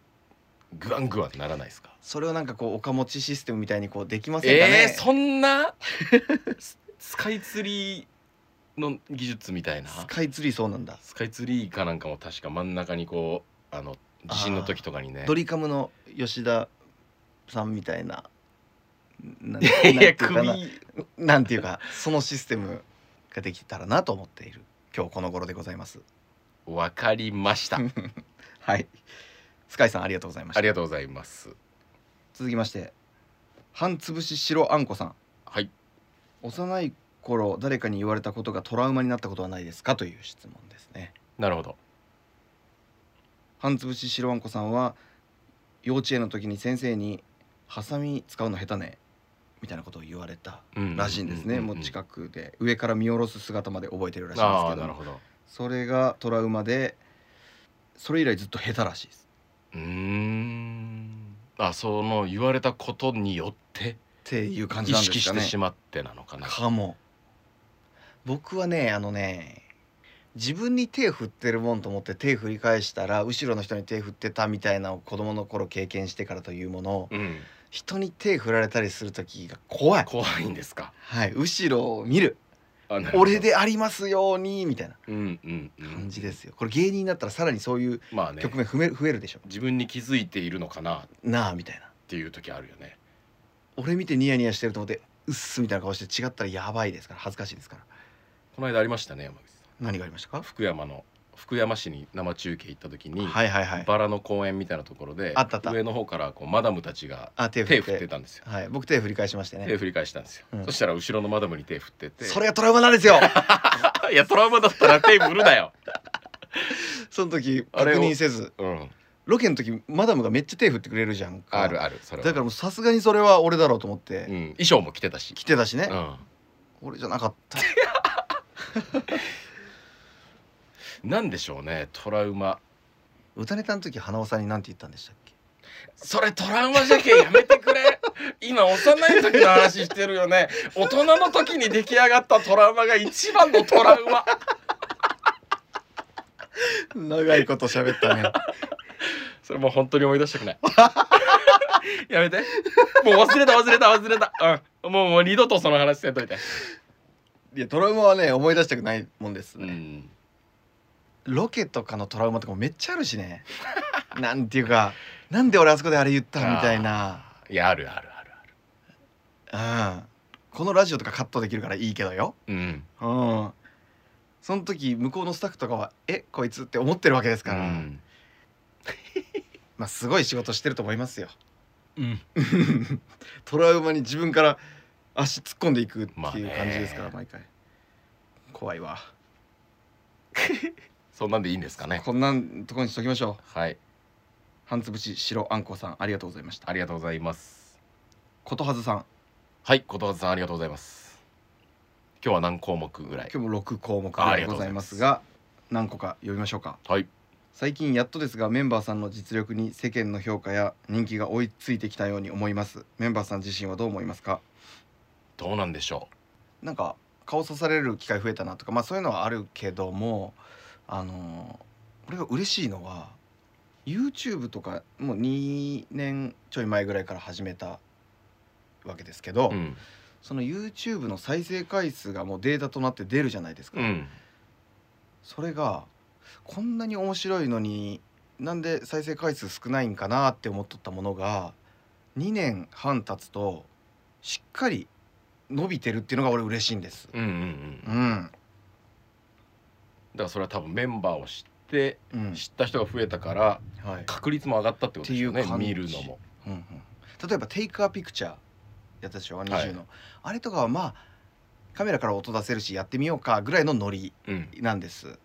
A: グワングワンならないですか
B: それをなんかこうおか持ちシステムみたいにこうできませんかね
A: え、ー、そんな ススカイツリーの技術みたいな
B: スカイツリーそうなんだ
A: スカイツリーかなんかも確か真ん中にこうあの地震の時とかにね
B: ドリカムの吉田さんみたいな
A: いや
B: ななんていうかな
A: 首
B: なんていうかそのシステムができたらなと思っている今日この頃でございます
A: わかりました
B: はいスカイさんありがとうございました
A: ありがとうございます
B: 続きまして半潰し白あんこさん
A: はい
B: 幼い頃誰かに言われたことがトラウマになったことはないですかという質問ですね
A: なるほど
B: 半潰し白あんこさんは幼稚園の時に先生にハサミ使うの下手ねみたいなことを言われたらしいんですね、もう
A: く
B: 近くで上から見下ろす姿まで覚えてるらしいんです
A: ああ
B: け
A: ー
B: ど
A: なるほど
B: それがトラウマでそれ以来ずっと下手らしいです
A: うーんあその言われたことによって
B: っていう感じ
A: 意
B: なんで
A: 識
B: す
A: し
B: かね
A: てしまってなのかな
B: かも僕はねあのね自分に手振ってるもんと思って手振り返したら後ろの人に手振ってたみたいなのを子供の頃経験してからというもの
A: うん
B: 人に手振られたりする時が怖い、
A: 怖いんですか
B: はい、後ろを見る
A: あなるほど
B: 俺でありますようにみたいな
A: うんうんうん
B: 感じですよこれ芸人になったらさらにそういう
A: まあね
B: 局面増える増えるでしょ
A: 自分に気づいているのかなっ
B: なあみたいな
A: ていう時あるよね
B: 俺見てニヤニヤしてると思ってうっすみたいな顔して違ったらやばいですから恥ずかしいですから
A: この間ありましたね山口さ
B: 何がありました
A: ん
B: か
A: 福山の福山市に生中継行った時に、
B: はいはいはい
A: バラの公園みたいなところで
B: あったあった
A: 上の方からこうマダムたちが
B: あ手振
A: 手
B: って
A: 振ってたんですよ
B: はい、僕手振り返しまして
A: 手
B: ね。
A: 振り返したんですよ、
B: うん
A: そしたら後ろのマダムに手振ってて
B: それがトラウマなんですよ。
A: いやトラウマだったら手振るなよ
B: その時
A: あ
B: 確
A: れを
B: 認せず、
A: うん
B: ロケの時マダムがめっちゃ手振ってくれるじゃんか。
A: あるあるそれは
B: だからもうさすがにそれは俺だろうと思っ
A: う
B: て
A: ん、衣装も着てたし、
B: 来てたしね
A: う。ん、
B: 俺じゃな かった。
A: なんでしょうねトラウマ
B: 歌ネタの時花尾さんになんて言ったんでしたっけ？
A: それトラウマじゃけんやめてくれ 今幼い時の話してるよね大人の時に出来上がったトラウマが一番のトラウ マ
B: 長いこと喋ったね。
A: それもう本当に思い出したくない やめてもう忘れた忘れた忘れた、うん、もうもう二度とその話せんといて、
B: いやトラウマはね思い出したくないもんです
A: う
B: ね。
A: ん、
B: ロケとかのトラウマとかもめっちゃあるしね。 なんていうか、なんで俺あそこであれ言ったみたいな。
A: いやあるあるあるある
B: うん。このラジオとかカットできるからいいけどよ。
A: うん
B: うん、その時向こうのスタッフとかは「えこいつ」って思ってるわけです
A: う
B: から、
A: ん
B: まあ、すごい仕事してると思いますよ。
A: うん
B: トラウマに自分から足突っ込んでいくっていう
A: まあ
B: 感じ
A: ね
B: ですから、毎回怖いわ、
A: そんなんでいいんですかね
B: こんなんとこにしときましょう
A: はい
B: 半つぶし白あんこさんありがとうございました
A: ありがとうございます
B: ことはずさん
A: はいことわざさんありがとうございます今日は何項目ぐらい
B: 今日も6項目
A: あありが
B: で
A: とう
B: ご
A: ご
B: ざ
A: ざ
B: い
A: い
B: ま
A: ますす
B: が何個か読みましょうか
A: はい
B: 最近やっとですがメンバーさんの実力に世間の評価や人気が追いついてきたように思いますメンバーさん自身はどう思いますか
A: どうなんでしょ
B: なんか顔刺される機会増えたなとかまあそういうのはあるけどもあのー俺が嬉しいのは YouTube とかもう2年ちょい前ぐらいから始めたわけですけど、
A: うん
B: その YouTube の再生回数がもうデータとなって出るじゃないですか、
A: うん
B: それがこんなに面白いのになんで再生回数少ないんかなって思っとったものが2年半経つとしっかり伸びてるっていうのが俺嬉しいんです。
A: うんうんうん
B: う
A: だか
B: ん、
A: らそれは多分メンバーを知って
B: うん、
A: 知った人が増えたから
B: はい、
A: 確率も上がったってことですよね
B: っていう感じ
A: 見るのも
B: うんうん、例えば「テイクアピクチャー」やったでしょ20の、あれとかはまあカメラから音出せるしやってみようかぐらいのノリ
A: うん
B: なんです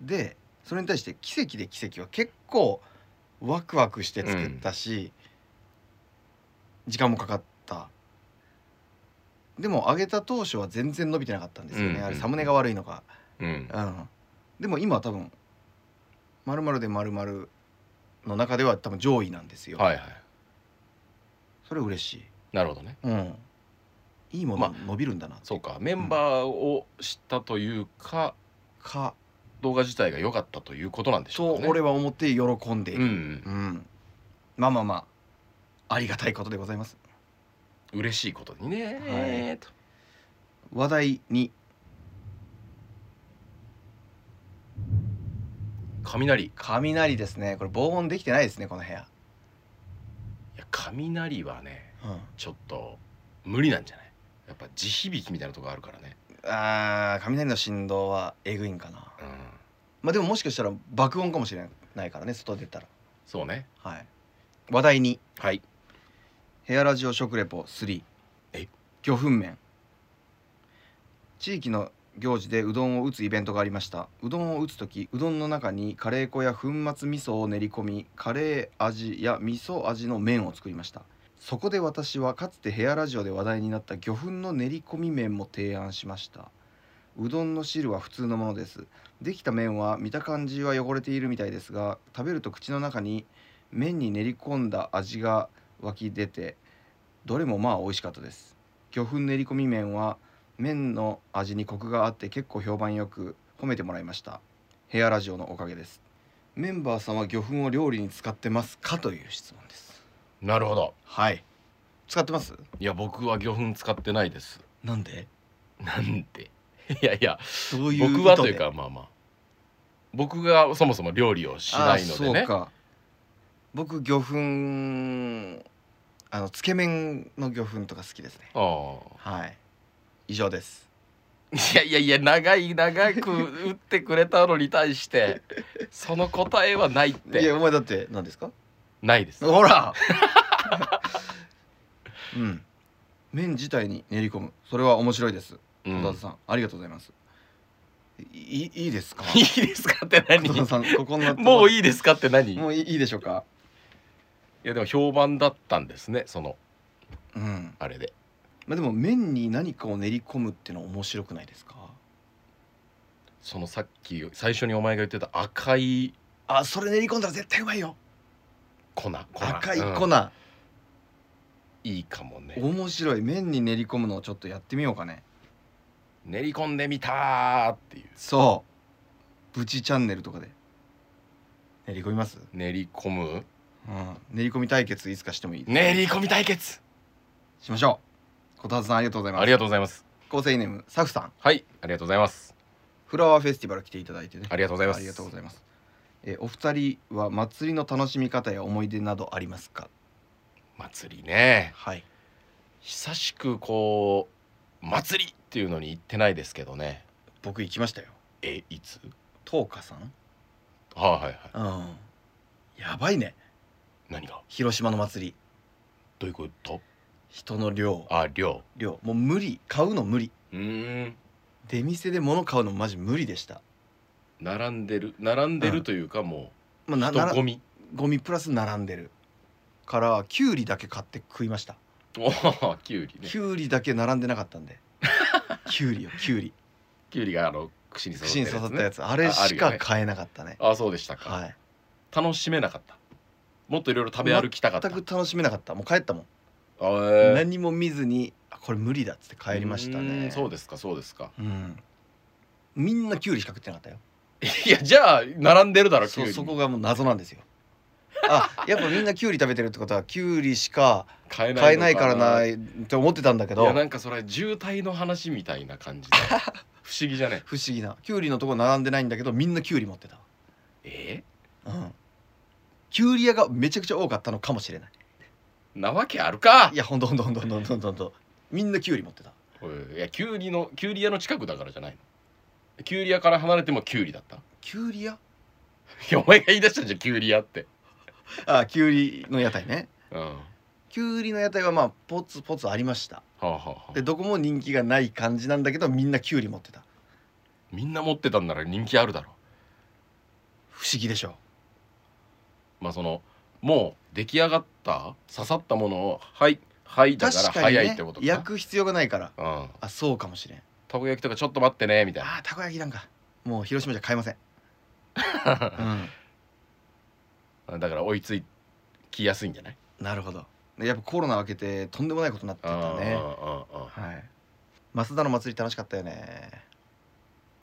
B: でそれに対して「奇跡で奇跡」は結構ワクワクして作ったし、時間もかかったでも上げた当初は全然伸びてなかったんですよね、
A: うんうん
B: あれサムネが悪いのか、
A: うん
B: うん、でも今は多分「まるでまるの中では多分上位なんですよ、
A: はいはい
B: それ嬉しい
A: なるほどね
B: うんいいも
A: ま
B: の伸びるんだな、
A: そうかメンバーを知ったというか
B: か
A: 動画自体が良かったということなんでしょ
B: と
A: うかね
B: 俺は思って喜んでいる
A: うん
B: うん、まあまあまあありがたいことでございます
A: 嬉しいことにね
B: は
A: と
B: 話題に
A: 雷い
B: 雷ですねこれ防音できてないですねこの部屋、
A: や雷はね
B: うん、
A: ちょっと無理なんじゃないやっぱ地響きみたいなとこあるからね
B: あー雷の振動はえぐいんかな
A: うん
B: まあでももしかしたら爆音かもしれないからね外出たら
A: そうね
B: はい話題に
A: はい
B: ヘアラジオ食レポ3
A: え
B: 魚粉麺地域の行事でうどんを打つイベントがありましたうどんを打つ時うどんの中にカレー粉や粉末味噌を練り込みカレー味や味噌味の麺を作りましたそこで私はかつてヘアラジオで話題になった魚粉の練り込み麺も提案しましたうどんの汁は普通のものですできた麺は見た感じは汚れているみたいですが食べると口の中に麺に練り込んだ味が湧き出てどれもまあ美味しかったです魚粉練り込み麺は麺の味にコクがあって結構評判よく褒めてもらいましたヘアラジオのおかげですメンバーさんは魚粉を料理に使ってますかという質問です
A: なるほど
B: はい使ってます
A: いや僕は魚粉使ってないです
B: なんで
A: なん でいやいや
B: どういう
A: 僕はというかまあまあ僕がそもそも料理をしないので
B: あそう
A: ね
B: か僕魚粉あのつけ麺の魚粉とか好きですね
A: ああ
B: はい以上です
A: いやいやいや長い長く打ってくれたのに対してその答えはないっ
B: いや
A: て
B: お前だって何ですか
A: ないです
B: ほらうん麺自体に練り込むそれは面白いです
A: うん
B: 小田さん、ありがとうございますいいいいですか
A: いいですかって
B: 小田
A: 何
B: さんここになっ て
A: もう
B: い
A: いいですかって何い
B: もういいいいでしょうか
A: やでも評判だったんですねその
B: うん
A: あれで
B: まあでも麺に何かを練り込むってのは面白くないですか
A: そのさっき最初にお前が言ってた赤い
B: あそれ練り込んだら絶対うまいよ
A: 粉粉
B: 赤い
A: うん
B: 粉、
A: いいかもね
B: 面白い麺に練り込むのをちょっとやってみようかね
A: 練り込んでみたーっていう
B: そうブチチャンネルとかで練り込みます、
A: 練り込む
B: うん、練り込み対決いつかしてもいい
A: 練り込み対決
B: しましょうこたつさんありがとうございます
A: ありがとうございます
B: 構成員ネームサフさん
A: はいありがとうございます
B: フラワーフェスティバル来ていただいてね
A: ありがとうございます
B: ありがとうございますえーお二人は祭りの楽しみ方や思い出などありますか
A: 祭りね
B: はい
A: 久しくこう祭りっていうのに行ってないですけどね
B: 僕行きましたよ
A: えいつ
B: トーカさん
A: はいはいはい
B: うんやばいね
A: 何が
B: 広島の祭り
A: どういうこと
B: 人の量
A: あ量
B: 量もう無理買うの無理
A: うーん
B: 出店で物買うのマジ無理でした、
A: 並んでる並んでるというかも
B: まあ、
A: う
B: なな
A: 人
B: ら
A: 混み
B: ゴミプラス並んでるからきゅうりだけ買って食いました
A: おおきゅうりね
B: きゅうりだけ並んでなかっ たんできゅうりよきゅうり
A: きゅうりがあの串に刺
B: 串に刺
A: さ
B: さ
A: っ
B: ったた
A: や
B: や
A: つ
B: つあ
A: あ
B: れ
A: ある
B: し
A: よ
B: か
A: ね
B: 買えなかったね
A: あそうでしたか、
B: はい
A: 楽しめなかったもっといろいろ食べ歩きたかった
B: 全く楽しめなかったもう帰ったもん、
A: あー
B: 何も見ずにあこれ無理だっつって帰りました
A: うー
B: ね
A: んそう
B: で
A: ですかそうですか
B: うんみんなきゅうりしか食ってなかったよ
A: いやじゃあ並んでるだろきゅう
B: そ
A: り
B: そこがもう謎なんですよあ やっぱみんなキュウリ食べてるってことはキュウリしか
A: 買えないの
B: 買えないからないいって思ってたんだけど
A: やなんかそれ渋滞の話みたいな感じ で不思議じゃね
B: 不思議なキュウリのとこ並んでないんだけどみんなキュウリ持ってた
A: え
B: うんキュウリ屋がめちゃくちゃ多かったのかもしれない
A: なわけあるか
B: いやほんとほんとほんとほんとほんとほんとみんなキュウリ持ってた
A: おいいやキュウリのキュウリ屋の近くだからじゃないのキュウリ屋から離れてもキュウリだったい
B: キュウリ屋
A: やお前が言い出したじゃんキュウリ屋って
B: あキュウリの屋台ね
A: うんは
B: キュウリの屋台はまあポツポツありました
A: あ、はあはあ
B: で、どこも人気がない感じなんだけどみんなキュウリ持ってた
A: みんな持ってたんなら人気あるだろ
B: 不思議でしょ
A: まあそのもう出来上がった刺さったものをはいはいだから
B: 確かに、
A: 早い
B: ね
A: ってこと、か
B: 焼く必要がないから
A: うん
B: あそうかもしれん
A: たこ焼きとかちょっと待ってねみたいな
B: あーたこ焼きなんかもう広島じゃ買えま せん、う
A: だから追いつきやすいんじゃない
B: ん、なるほどでやっぱコロナ明けてとんでもないことになってたね
A: うんうんうん
B: はい増田の祭り楽しかったよね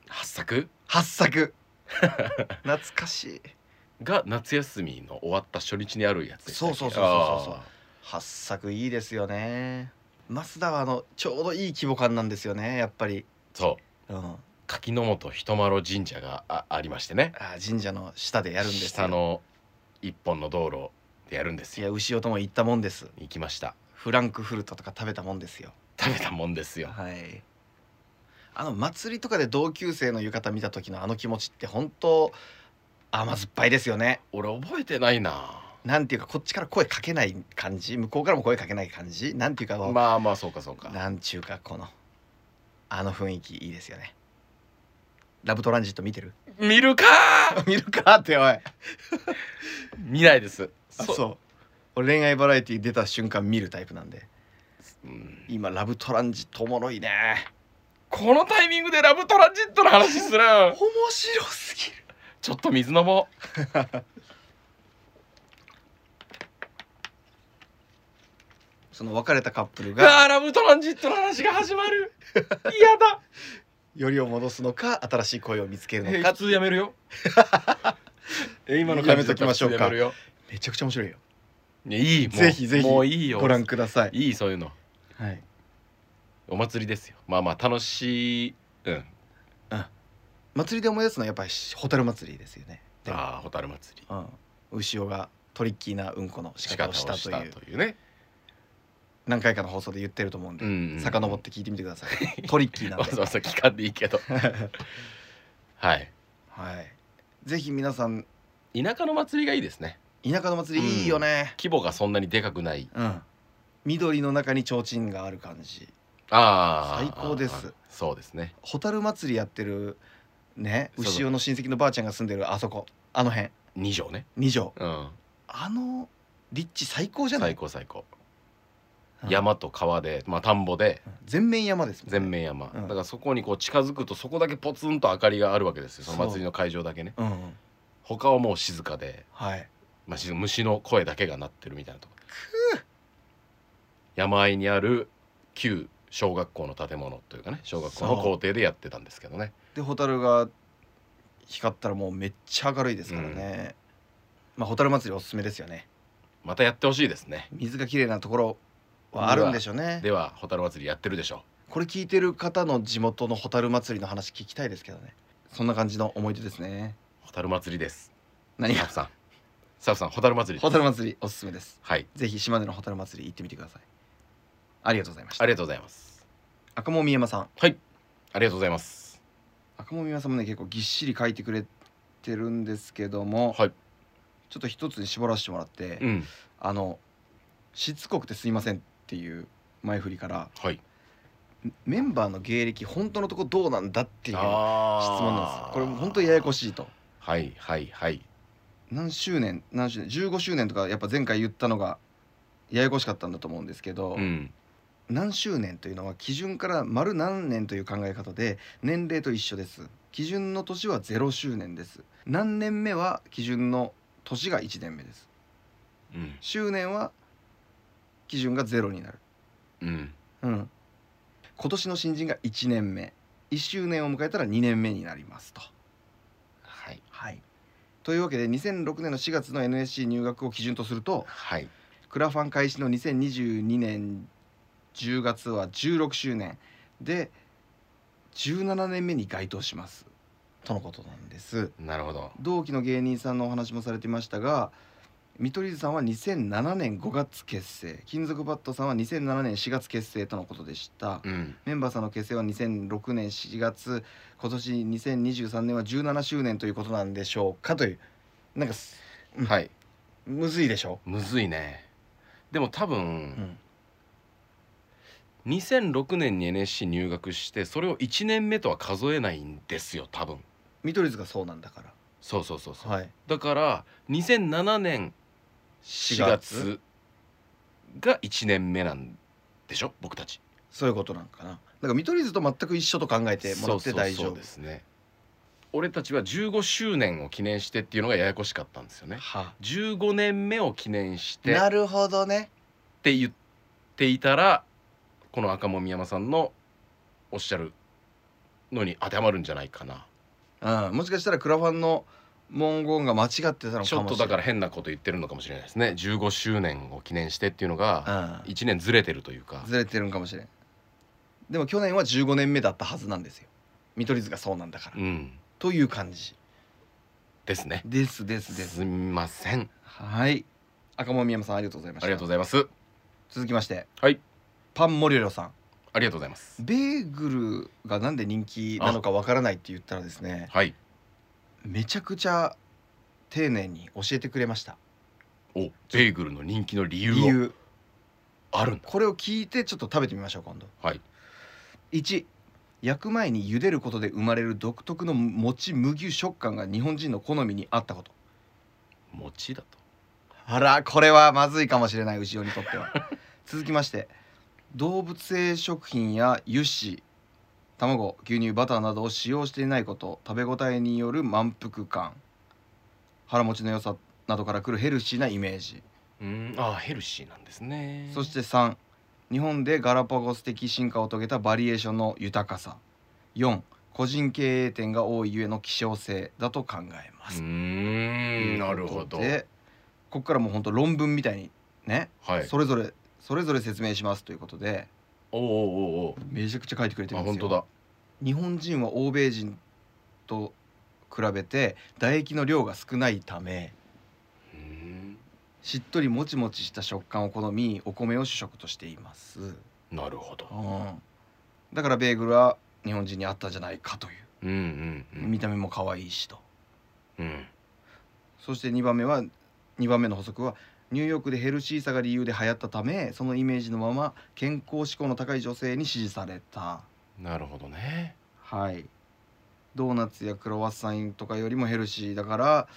A: 八作
B: 八作懐かし
A: が夏休みの終わった初日にあるやつでしたっけ
B: そうそうそうそうそうそうい八作いいですよね増田はあのちょうどいい規模感なんですよねやっぱり、
A: そうそう
B: うん、あ
A: 柿の本ひとまろ神社があありましてね
B: ー神社の下でやるんですよ
A: 下の一本の道路でやるんです
B: い
A: よ
B: や牛尾とも行ったもんです
A: 行きました
B: フランクフルトとか食べたもんですよ
A: 食べたもんですよ
B: はいあの祭りとかで同級生の浴衣見た時のあの気持ちって本当甘酸っぱいですよね
A: 俺覚えてないな
B: なんていうかこっちから声かけない感じ向こうからも声かけない感じなんていうか、
A: まあまあそうかそうか
B: なんちゅうかこのあの雰囲気いいですよねラブトランジット見てる
A: 見るか
B: 見るかっておいあ
A: 見ないです
B: そう
A: う、
B: 俺恋愛バラエティ出た瞬間見るタイプなんで
A: うん
B: 今ラブトランジットおもろいね
A: このタイミングでラブトランジットの話する
B: 面白すぎる
A: ちょっと水飲もう
B: その別れたカップルが
A: あーラブトランジットの話が始ま る嫌だ
B: よりを戻すのか新しい恋を見つけるのか
A: 普通やめるよえ今の
B: や
A: 感
B: め
A: じ
B: ときましょうか
A: だったら普通やめるよ
B: めちゃくちゃ面白いよ
A: いやいいもう
B: ぜひぜひ
A: もういいよ
B: ご覧ください
A: いいそういうの
B: はい
A: お祭りですよまあまあ楽しいうん
B: 祭りで思い出すのはやっぱり蛍祭りですよねでも
A: ああ蛍祭り
B: うん牛尾がトリッキーなうんこの仕
A: 仕
B: 方
A: 方
B: を
A: を
B: し
A: したたと
B: という
A: いうね
B: 何回かの放送で言ってると思うんで、遡ってて聞いてみてくださ いトリッキーなん
A: わざわざ
B: で
A: 聞かんでいいけどはい
B: はいぜひ皆さん
A: 田舎の祭りがいいですね
B: 田舎の祭りいいよね
A: 規模がそんなにでかくない
B: うん、緑の中に提灯がある感じ
A: ああ
B: 最高です
A: そうですね
B: 蛍祭りやってるね
A: そうそう
B: 牛尾の親戚のばあちゃんが住んでるあそこあの辺
A: 2畳ね
B: 2畳
A: うん
B: あの立地最高じゃない
A: 最高最高
B: うん
A: 山と川でまあ田んぼで
B: 全面山ですもんね
A: 全面山、
B: うん
A: だからそこにこう近づくとそこだけポツンと明かりがあるわけですよその祭りの会場だけね
B: うんうん
A: 他はもう静かで、
B: はい
A: まあ、静虫の声だけが鳴ってるみたいなとこ山あいにある旧小学校の建物というかね小学校の校庭でやってたんですけどね
B: で蛍が光ったらもうめっちゃ明るいですからね、まあ蛍祭りおすすめですよね
A: またやってほしいですね
B: 水が綺麗なところはあるんでしょうね
A: では蛍祭りやってるでしょ
B: これ聞いてる方の地元の蛍祭りの話聞きたいですけどねそんな感じの思い出ですね
A: う蛍祭りです
B: 何
A: サ
B: が
A: フさんサフさん蛍祭りです
B: 蛍祭りおすすめです
A: はい
B: ぜひ島根の蛍祭り行ってみてくださいありがとうございました
A: ありがとうございます
B: 赤門美山さん
A: はいありがとうございます
B: 赤門美山さんもね結構ぎっしり書いてくれてるんですけども、
A: はい
B: ちょっと一つに絞らせてもらって、
A: うん
B: あの「しつこくてすいません」っていう前振りから
A: はい
B: メンバーの芸歴本当のとこどうなんだっていう質
A: あー
B: 問なんですこれ本当にややこしいと
A: はいはいはい
B: 何周年何周年15周年とかやっぱ前回言ったのがややこしかったんだと思うんですけど、
A: うん
B: 何周年というのは基準から丸何年という考え方で年齢と一緒です基準の年は0周年です何年目は基準の年が1年目です
A: うん
B: 周年は基準が0になる
A: うん
B: うん、今年の新人が1年目1周年を迎えたら2年目になりますと。
A: はい
B: はい、とというわけで2006年の4月の NSC 入学を基準とすると
A: はい
B: クラファン開始の2022年10月は16周年で17年目に該当しますとのことなんです
A: なるほど
B: 同期の芸人さんのお話もされていましたが見取り図さんは2007年5月結成金属バットさんは2007年4月結成とのことでした
A: うん
B: メンバーさんの結成は2006年4月今年2023年は17周年ということなんでしょうかというなんかす
A: はい
B: むずいでしょ、
A: むずいねでも多
B: う
A: 分、
B: ん
A: 2006年に NSC 入学してそれを1年目とは数えないんですよ多分
B: 見取り図がそうなんだか
A: そうそうそうそう
B: らはい
A: だから2007年4月が1年目なんでしょ僕たち
B: そういうことなんかなだから見取り図と全く一緒と考えてもらって大
A: そうそうそ
B: 丈
A: う
B: 夫
A: ですね俺たちは15周年を記念してっていうのがややこしかったんですよね
B: は
A: 15年目を記念して
B: な
A: っ
B: るほどね
A: て言っていたらこの赤もみ山さんのおっしゃるのに当てはまるんじゃないかな
B: うんもしかしたらクラファンの文言が間違ってたのかもし
A: ち
B: れな
A: ょ
B: い
A: っとだから変なこと言ってるのかもしれないですね15周年を記念してっていうのが
B: う
A: 1年ずれてるというか
B: んずれてるんかもしれんでも去年は15年目だったはずなんですよ見取り図がそうなんだから、
A: うん
B: という感じ
A: ですね
B: ですですです
A: すみません
B: はい。赤門宮山さんありがとうございまし
A: あ
B: た。
A: りがとうございます
B: 続きまして、
A: はい。
B: パンモリョロさん、
A: ありがとうございます
B: ベーグルがなんで人気なのかわからないって言ったらですね、
A: はい
B: めちゃくちゃ丁寧に教えてくれました。
A: おベーグルの人気の理由
B: 理
A: を
B: 由。
A: あるんだ
B: これを聞いてちょっと食べてみましょう今度。
A: はい
B: 1焼く前に茹でることで生まれる独特のもち麦食感が日本人の好みに合ったこと。
A: 餅だと
B: あらこれはまずいかもしれない牛尾にとっ ては続きまして動物性食品や油脂卵牛乳バターなどを使用していないこと食べ応えによる満腹感腹持ちの良さなどからくるヘルシーなイメージ
A: うんあーヘルシーなんですね
B: そして3日本でガラパゴス的進化を遂げたバリエーションの豊かさ4個人経営店が多いゆえの希少性だと考えま
A: うー
B: す、
A: んなるほど
B: ということでここからもうほんと論文みたいにね
A: はい
B: それぞれそれぞれ説明しますということで
A: おうおうおう
B: めちゃくちゃ書いてくれて
A: おう
B: る
A: あ
B: んで
A: 本
B: すよ
A: 当だ
B: 日本人は欧米人と比べて唾液の量が少ないため
A: うん
B: しっとりもちもちした食感を好みお米を主食としています、うん、
A: なるほど
B: だからベーグルは日本人に合ったんじゃないかとい
A: うんうんう
B: う、
A: ん
B: 見た目も可愛いしと
A: うん
B: そして2番目は2番目の補足はニューヨークでヘルシーさが理由で流行ったためそのイメージのまま健康志向の高い女性に支持された
A: なるほどね
B: はいドーナツやクロワッサンとかよりもヘルシーだから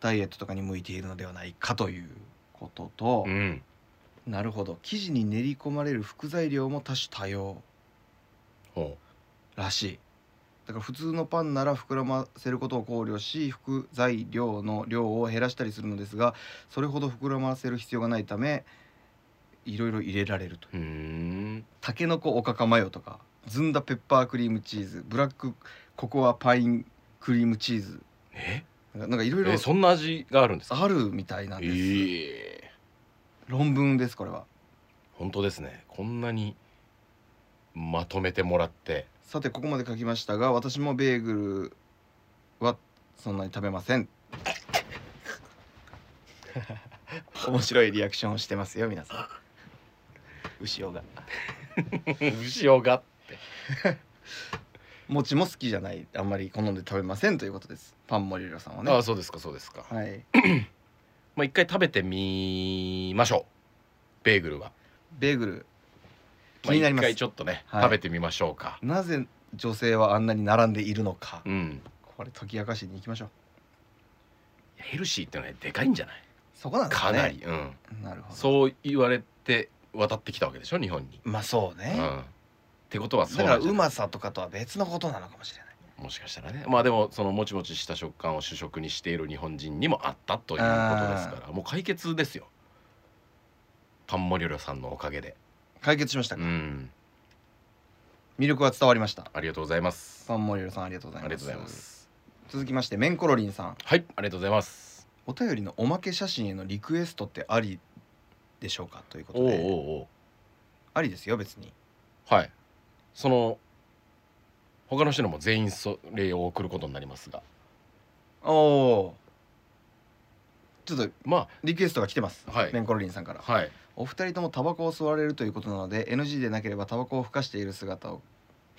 B: ダイエットとかに向いているのではないかということと
A: う、ん
B: なるほど生地に練り込まれる副材料も多種多様
A: ほ
B: らしいだから普通のパンなら膨らませることを考慮し副材料の量を減らしたりするのですがそれほど膨らませる必要がないためいろいろ入れられるとい
A: う
B: う
A: うーん
B: たけのこおかかマヨとかずんだペッパークリームチーズブラックココアパインクリームチーズ
A: え
B: なんかなんかいろいろ
A: えそんな味があるんですか
B: あるみたいなんです、
A: ええ
B: 論文ですこれは
A: 本当ですねこんなにまとめてもら って
B: さてここまで書きましたが私もベーグルはそんなに食べま せん面白いリアクションをしてますよ皆さん牛尾が
A: 牛尾が
B: 餅も好きじゃないあんまり好んで食べませんということですパンモリラさんはね
A: ああそうですかそうですか
B: はい
A: まあ一回食べてみましょうベーグルは
B: ベーグル
A: ま
B: 気
A: あ
B: になりま
A: 一
B: す
A: 回ちょっとね
B: はい
A: 食べてみましょうか
B: なぜ女性はあんなに並んでいるのか
A: うん
B: これ解き明かしに行きましょう
A: ヘルシーってのはでかいんじゃない
B: そこなんですね
A: かなりうん
B: なるほど
A: そう言われて渡ってきたわけでしょ日本に
B: まあそう
A: う
B: ね、
A: んってことはそ
B: だ
A: う
B: から
A: なんじ
B: う
A: ゃない
B: まさとかとは別のことなのかもしれない
A: もしかしたらねまあでもそのもちもちした食感を主食にしている日本人にもあったということですからもう解決ですよパンモリョロさんのおかげで
B: 解決しました
A: う
B: か、
A: ん
B: 魅力は伝わりました
A: ありがとうございます
B: パンモリルさんありがとうご
A: あ
B: ざ
A: り
B: い
A: が
B: ます
A: とうございます
B: 続きましてメンコロリンさん
A: はいありがとうございます
B: お便りのおまけ写真へのリクエストってありでしょうかというこ
A: お
B: と
A: うおう
B: で
A: おう
B: ありですよ別に
A: はいその他の人のも全員それを送ることになりますが
B: おおちょっと
A: ま
B: リクエストが来てます、
A: あはい
B: メンコロリンさんから
A: はい
B: お二人ともタバコを吸われるということなので NG でなければタバコをふかしている姿を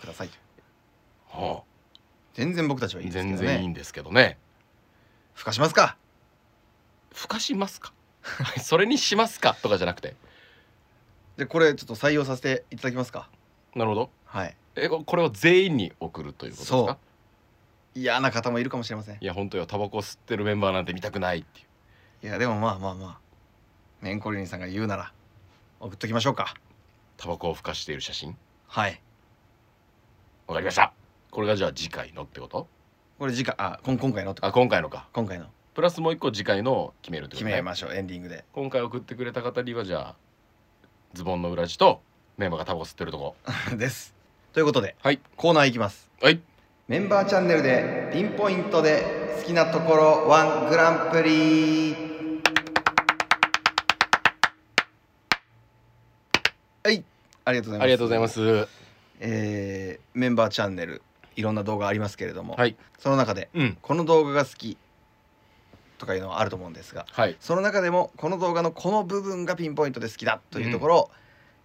B: ください
A: は
B: 全然僕たち
A: あ
B: はいいですけ
A: 全
B: ど
A: 然いい
B: ね
A: んですけどね
B: ふかしますか
A: ふかしますか それにしますかとかじゃなくて
B: じゃあこれちょっと採用させていただきますか
A: なるほど
B: はい
A: えこれを全員に送るということです
B: そう
A: か
B: 嫌な方もいるかもしれません
A: いや本当よタバコ吸ってるメンバーなんて見たくないっていう
B: いやでもまあまあまあメンコリンさんが言うなら送っときましょうか
A: タバコをふかしている写真
B: はい
A: わかりましたこれがじゃあ次回のってこと
B: これ次回あこん今回のってこ
A: あ今回のか
B: 今回の
A: プラスもう一個次回のを決めるってこ
B: 決
A: とね
B: めましょうエンディングで
A: 今回送ってくれた方にはじゃあズボンの裏地とメンバーがタバコ吸ってるとこ
B: ですということで
A: はい
B: コーナーいきます
A: はい
B: メンバーチャンネルでピンポイントで好きなところワングランプリはいありがとうございます
A: ありがとうございます
B: えーメンバーチャンネルいろんな動画ありますけれども、
A: はい
B: その中で
A: うん
B: この動画が好きとかいうのはあると思うんですが
A: はい
B: その中でもこの動画のこの部分がピンポイントで好きだというところを、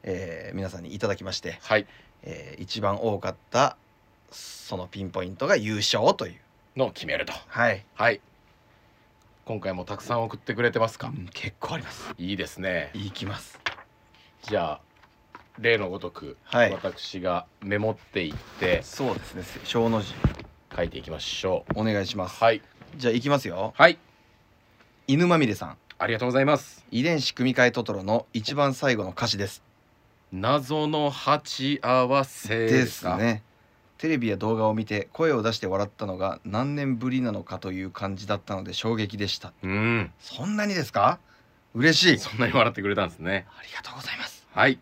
B: えー皆さんにいただきまして、
A: はい
B: えー一番多かったそのピンポイントが優勝という
A: のを決めると
B: はい、
A: はい今回もたくさん送ってくれてますか、
B: 結構あります
A: いいですね
B: いきます
A: じゃあ例のごとく、
B: はい
A: 私がメモっていって
B: そうですね小の字
A: 書いていきましょう
B: お願いします、
A: はい
B: じゃあいきますよ
A: はい
B: 犬まみれさん
A: ありがとうございます
B: 遺伝子組み換えトトロの一番最後の歌詞です
A: 謎の鉢合わせ
B: ですねテレビや動画を見て声を出して笑ったのが何年ぶりなのかという感じだったので衝撃でした
A: うん
B: そんなにですか嬉しい
A: そんなに笑ってくれたんですね
B: ありがとうございます
A: はい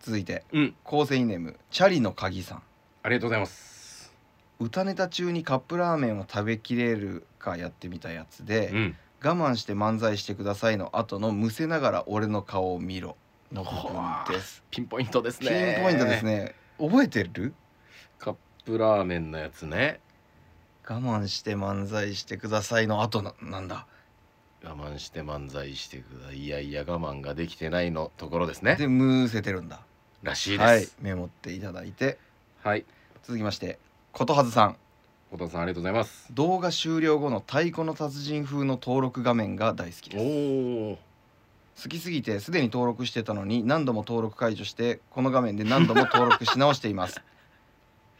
B: 続いて
A: うん
B: 構成員ネームチャリの鍵さん
A: ありがとうございます
B: 歌ネタ中にカップラーメンを食べきれるかやってみたやつで、
A: うん
B: 我慢して漫才してくださいの後のむせながら俺の顔を見ろの部分です
A: ピンポイントです
B: ピン
A: ね
B: ポイントですね覚えてる
A: カップラーメンのやつね
B: 我慢して漫才してくださいの後ななんだ
A: 我慢して漫才してくだいやいや我慢ができてないのところですね
B: でむせてるんだ
A: らしいで
B: はい
A: す
B: メモっていただいて
A: はい
B: 続きましてことはずさん
A: 後藤さんありがとうございます
B: 動画終了後の太鼓の達人風の登録画面が大好き
A: お
B: です
A: お
B: 好きすぎてすでに登録してたのに何度も登録解除してこの画面で何度も登録し直しています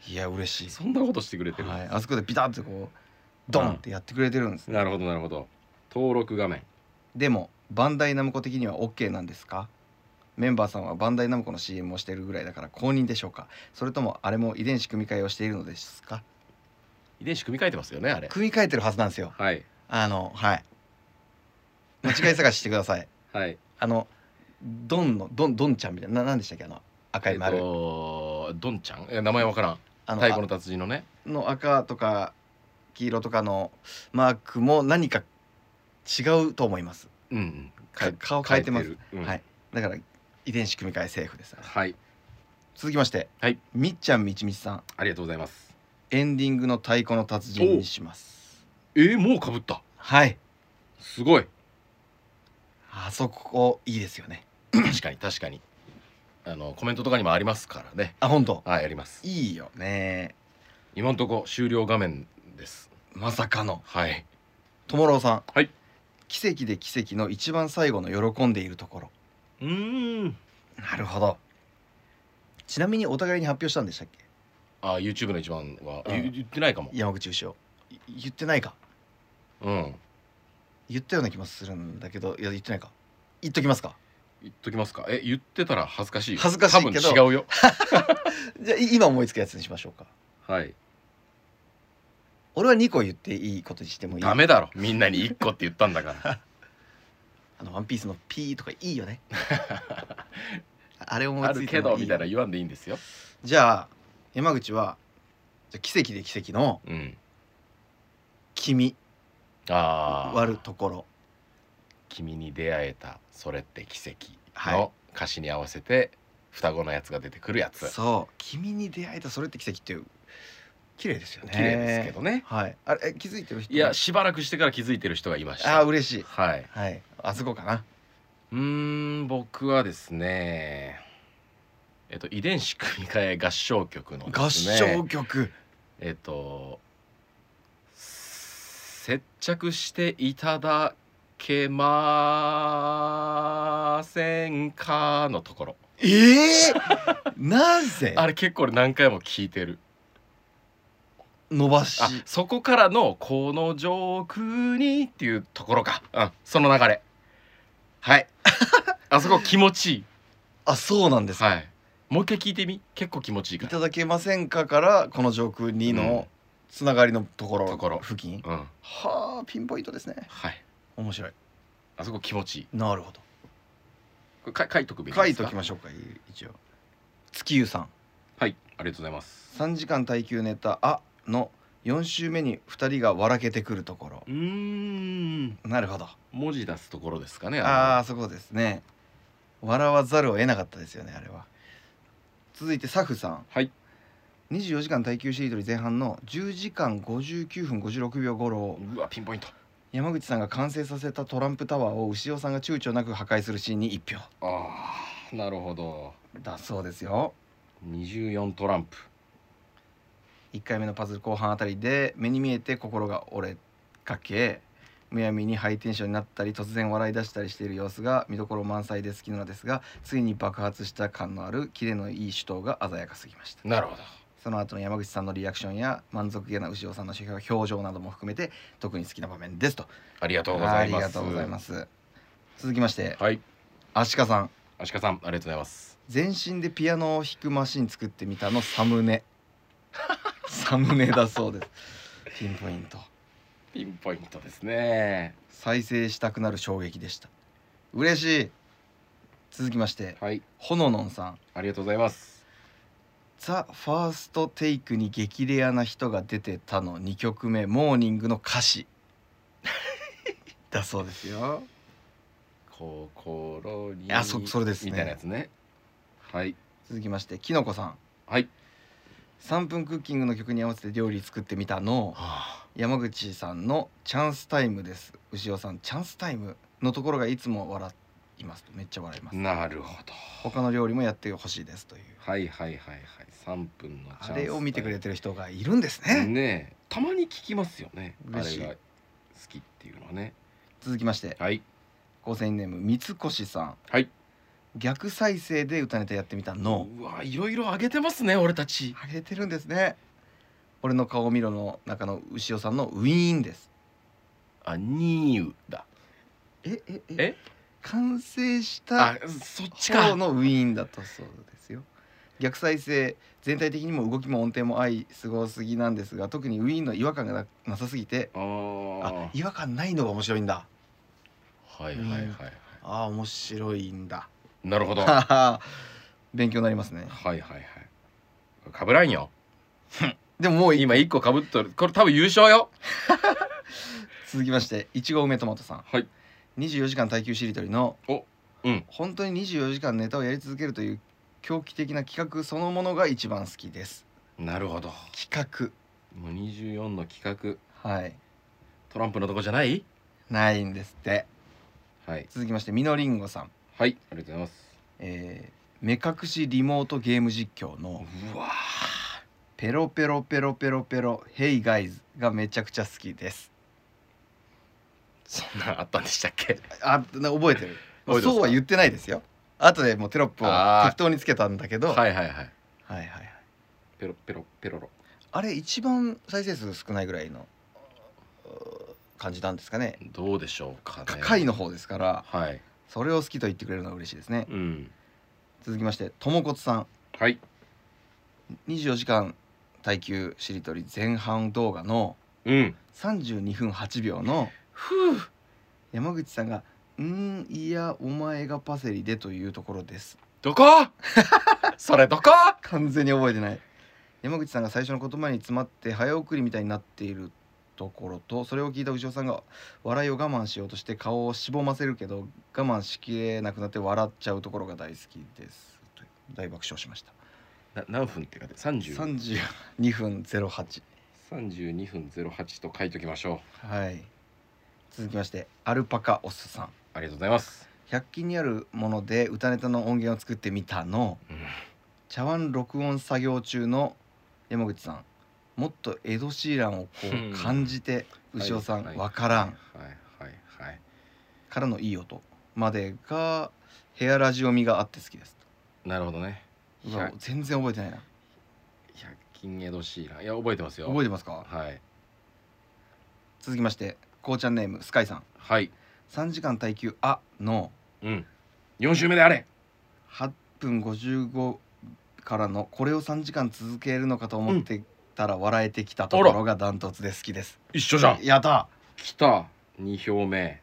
B: いや嬉し
A: そんなことしてくれて
B: い、
A: る、
B: はい、あそこでピタッとこうドンってやってくれてるんです
A: なるほどなるほど登録画面
B: でもバンダイナムコ的には OK なんですかメンバーさんはバンダイナムコの CM をしているぐらいだから公認でしょうかそれともあれも遺伝子組み換えをしているのですか
A: 遺伝子組み替えてますよねあれ
B: 組み替えてるはずなんですよ
A: はい
B: あのはい間違い探ししてください
A: はい
B: あのドンのドンドンちゃんみたいなななんでしたっけあの赤い丸、
A: えっとどんちゃんえ名前わからん
B: あの
A: 太鼓の達人のね
B: あの赤とか黄色とかのマークも何か違うと思います
A: うんうん
B: か顔変えてます
A: るうん
B: はいだから遺伝子組み換えセーフです
A: はい
B: 続きまして、
A: はい
B: みっちゃんみちみちさん
A: ありがとうございます
B: エンディングの太鼓の達人にします
A: えー、もうかぶった
B: はい
A: すごい
B: あそこいいですよね
A: 確かに確かにあのコメントとかにもありますからね
B: あ本当
A: はいあります
B: いいよね
A: 今んとこ終了画面です
B: まさかの
A: はい
B: ともろうさん
A: はい
B: 奇跡で奇跡の一番最後の喜んでいるところ
A: うん
B: なるほどちなみにお互いに発表したんでしたっけ
A: あ YouTube の一番は、
B: うん
A: ゆ言ってないかも
B: 山口優勝い言ってないか
A: うん
B: 言ったような気もするんだけどいや言ってないか言っときますか
A: 言っときますかえ言ってたら恥ずかしいよ
B: 恥ずかしいけど
A: 多分違うよ
B: じゃあい今思いつくやつにしましょうか
A: はい
B: 俺は2個言っていいことにしてもいい
A: ダメだろみんなに1個って言ったんだから
B: あのワンピースのピーとかいいよね。 あれ思い
A: あ
B: つ
A: る
B: いて
A: け
B: も
A: ど
B: いい
A: みたいな言わんでいいんですよ
B: じゃあ山口はじゃあ奇跡で奇跡の
A: うん
B: 君
A: ああ
B: 割るところ
A: 君に出会えたそれって奇跡
B: はい
A: の歌詞に合わせて双子のやつが出てくるやつ、
B: そう君に出会えたそれって奇跡っていう綺麗ですよね
A: 綺麗ですけどね
B: はいあれえ気づいてる人
A: いやしばらくしてから気づいてる人がいました
B: あー嬉しい
A: はい
B: はいあそこかな
A: うーん僕はですねえっと遺伝子組み換え合唱曲ので
B: 合
A: すね
B: 唱曲
A: えっと接着していただけませんかのところ
B: ええなぜ
A: あれ結構俺何回も聞いてる
B: 伸ばし
A: あそこからの「この上空に」っていうところか、うん、その流れはい あそこ気持ちいい
B: あそうなんですか、
A: はいもう一回聞いてみ結構気持ちいい
B: い、
A: か
B: た
A: ら
B: だけませんかからこの上空にのつながりのところ,、
A: ところ
B: 付近
A: うん
B: はあピンポイントですね
A: はい
B: 面白い
A: あそこ気持ちいい
B: なるほど
A: これか書いとくべき
B: 書
A: で
B: い
A: すか
B: ときましょうか一応月湯さん
A: はいありがとうございます
B: 3時間耐久ネタ「あ」の4週目に2人が笑けてくるところ
A: うーん
B: なるほど
A: 文字出すところですかね
B: あ
A: あ
B: あそこですね笑わざるを得なかったですよねあれは続いてサフさん
A: はい
B: 24時間耐久しりとり前半の10時間59分56秒頃
A: のうわピンポイント
B: 山口さんが完成させたトランプタワーを牛尾さんが躊躇なく破壊するシーンに1票
A: ああなるほど
B: だそうですよ
A: 24トランプ
B: 1回目のパズル後半あたりで目に見えて心が折れかけむやみにハイテンションになったり突然笑い出したりしている様子が見どころ満載で好きなのですがついに爆発した感のあるキレのいい主導が鮮やかすぎました
A: なるほど
B: その後の山口さんのリアクションや満足げな牛尾さんの表情なども含めて特に好きな場面ですと
A: ありがとうご
B: あ
A: ざい
B: り
A: ます
B: がとうございます続きまして
A: はい
B: アシカさん
A: アシカさんありがとうございます
B: 全身でピアノを弾くマシン作ってみたのサ ムネサムネだそうですピンポイント
A: ピンポイントですね
B: 再生したくなる衝撃でした嬉しい続きまして
A: はい
B: ほののんさん
A: ありがとうございます
B: 「ザ・ファーストテイクに激レアな人が出てた」の2曲目「モーニング」の歌詞だそうですよ
A: 心に
B: あそそれですね
A: みたいなやつねはい
B: 続きましてきのこさん
A: はい
B: 3分クッキングの曲に合わせて料理作ってみたの
A: は
B: 山口さんのチャンスタイムです牛尾さんチャンスタイムのところがいつも笑いますめっちゃ笑いま
A: あ
B: す
A: なるほど
B: 他の料理もやってほしいですという
A: はいはいはいはい3分のチャンス
B: あれを見てくれ
A: て
B: てる人がいるんですね
A: ねえたまに聞きますよねあ
B: 嬉
A: れ
B: しい
A: が好きっていうのはね
B: 続きまして
A: はい
B: 構成員ネーム三越さん
A: はい
B: 逆再生で歌ネタやってみたの
A: うわいろいろ上げてますね俺たち
B: あげてるんですね俺の顔を見ろの中の牛尾さんのウィーンです
A: あニーウだ
B: えええ
A: え
B: 完成した
A: あそっち
B: 方
A: か
B: のウィーンだとそうですよ逆再生全体的にも動きも音程も愛すごすぎなんですが特にウィーンの違和感がななさすぎて
A: あ
B: あ
A: ー
B: 違和感ないのが面白いんだ
A: はいはいはいはい
B: あー面白いんだ
A: なるほどはい
B: 勉強になりますね
A: はいはいかぶらんよ
B: でももうい
A: 今一個かぶっとるこれ多分優勝よ
B: 続きましていちご梅トマトさん
A: はい
B: 24時間耐久しりとりの
A: おうん
B: 本当に24時間ネタをやり続けるという狂気的な企画そのものが一番好きです
A: なるほど
B: 企
A: もう24の企画
B: 画はい
A: トランプのとこじゃない
B: ないんですって
A: はい
B: 続きましてみのりんごさん、
A: はいありがとうございます
B: えー目隠しリモートゲーム実況の
A: うわ
B: 「ペロペロペロペロペロ Hey guys」がめちゃくちゃ好きです
A: そんなんあったんでしたっけ
B: あな覚え
A: 覚え
B: てる
A: てますか
B: そうは言ってないですよ後でもうテロップを
A: あー
B: 適当につけたんだけど、
A: はいはいはい
B: はいはいはい
A: ペロペロペロロ
B: あれ一番再生数少ないぐらいのうー感じなんですかね
A: どうでしょうかね
B: か下位の方ですから
A: はい
B: それを好きと言ってくれるのは嬉しいですね
A: うん
B: 続きましてともこつさん
A: はい
B: 24時間耐久しりとり前半動画の
A: うん
B: 32分8秒の
A: ふう
B: 山口さんが「うーんいやお前がパセリで」というところです
A: ど こそれどこ
B: 完全に覚えてない山口さんが最初の言葉に詰まって早送りみたいになっているところとそれを聞いた牛尾さんが笑いを我慢しようとして顔をしぼませるけど我慢しきれなくなって笑っちゃうところが大好きですという大爆笑しました
A: な何分って書いて30
B: 32分08
A: 32分08と書いときましょう
B: はい続きましてアルパカオスさん
A: ありがとうございます、
B: 100均にあるもので歌ネタの音源を作ってみたの
A: うん
B: 茶碗録音作業中の山口さんもっとエド・シーランをこ
A: うん
B: う感じて牛尾さん
A: はい
B: わからん
A: はいはいはい
B: からのいい音までがヘアラジオ味があって好きです
A: なるほどね
B: うわ
A: 100
B: 全然覚えてないな
A: 均エドシーランいや覚えてますよ
B: 覚えてますか
A: はい
B: 続きましてこうちゃんネームスカイさん
A: はい
B: 3時間耐久あの
A: うん4週目であれ
B: 8分55からのこれを3時間続けるのかと思ってたら笑えてきたところがダントツで好きです、
A: 一緒じゃん
B: やった
A: 来た2票目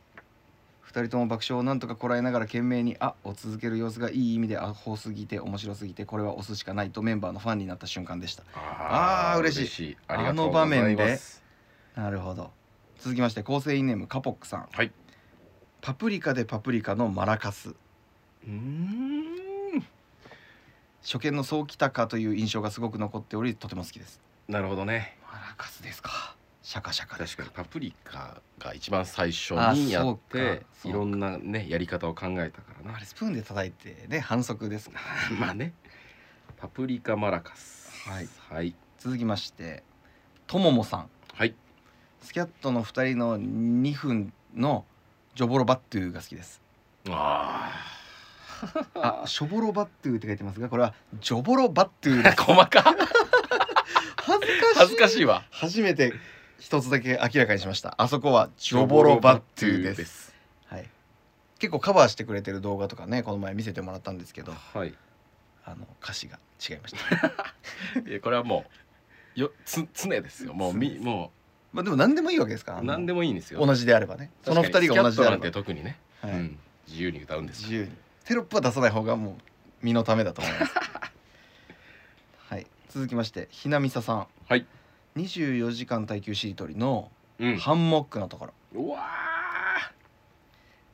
B: 2人とも爆笑をなんとかこらえながら懸命に「あ」を続ける様子がいい意味でアホすぎて面白すぎてこれは押すしかないとメンバーのファンになった瞬間でした
A: あ
B: あー嬉しい
A: いありがとうござ
B: あの
A: い
B: 場面
A: ま
B: ですなるほど続きまして構成員ネームカポックさん
A: はい
B: パプリカでパプリカのマラカス
A: うーん
B: 初見のそうきたかという印象がすごく残っておりとても好きです
A: なるほどね
B: マラカスですかシャカシャカで
A: 確
B: す
A: か
B: か
A: にパプリカが一番最初
B: あ
A: にやっ
B: そう
A: て
B: かそうか
A: いろんなねやり方を考えたから
B: あ
A: な
B: れスプーンで叩いてね反則ですか
A: まあねパプリカマラカス
B: はい
A: はい
B: 続きましてとももさん
A: はい
B: スキャットの2人の2分のジョボロバットゥーが好きです
A: あ
B: あ、ショボロバットゥーって書いてますが、これはジョボロバットゥーで
A: あ
B: す。
A: 細か
B: 恥ずかしい。
A: 恥ずかしいわ
B: 初めて一つだけ明らかにしました。あそこはジョボロバットゥーです。
A: す
B: はい。結構カバーしてくれてる動画とかね、この前見せてもらったんですけど、
A: はい
B: あの歌詞が違いました。
A: いやこれはもうよつ常ですよもうみ
B: 常です
A: も
B: まあでも何でもいいわけですから。
A: う 何で
B: も
A: もいいんですよ
B: 同じであればね。その二人が同じであ
A: な
B: れ
A: んて
B: ば。
A: 特にね、
B: は
A: う
B: い。
A: ん、自由に歌うんです
B: 自由に。テロップは出さない方がもう身のためだと思います。 はい。続きまして、ひなみささん。
A: はい。
B: 24時間耐久しりとりの
A: うん
B: ハンモックのところ。
A: うわ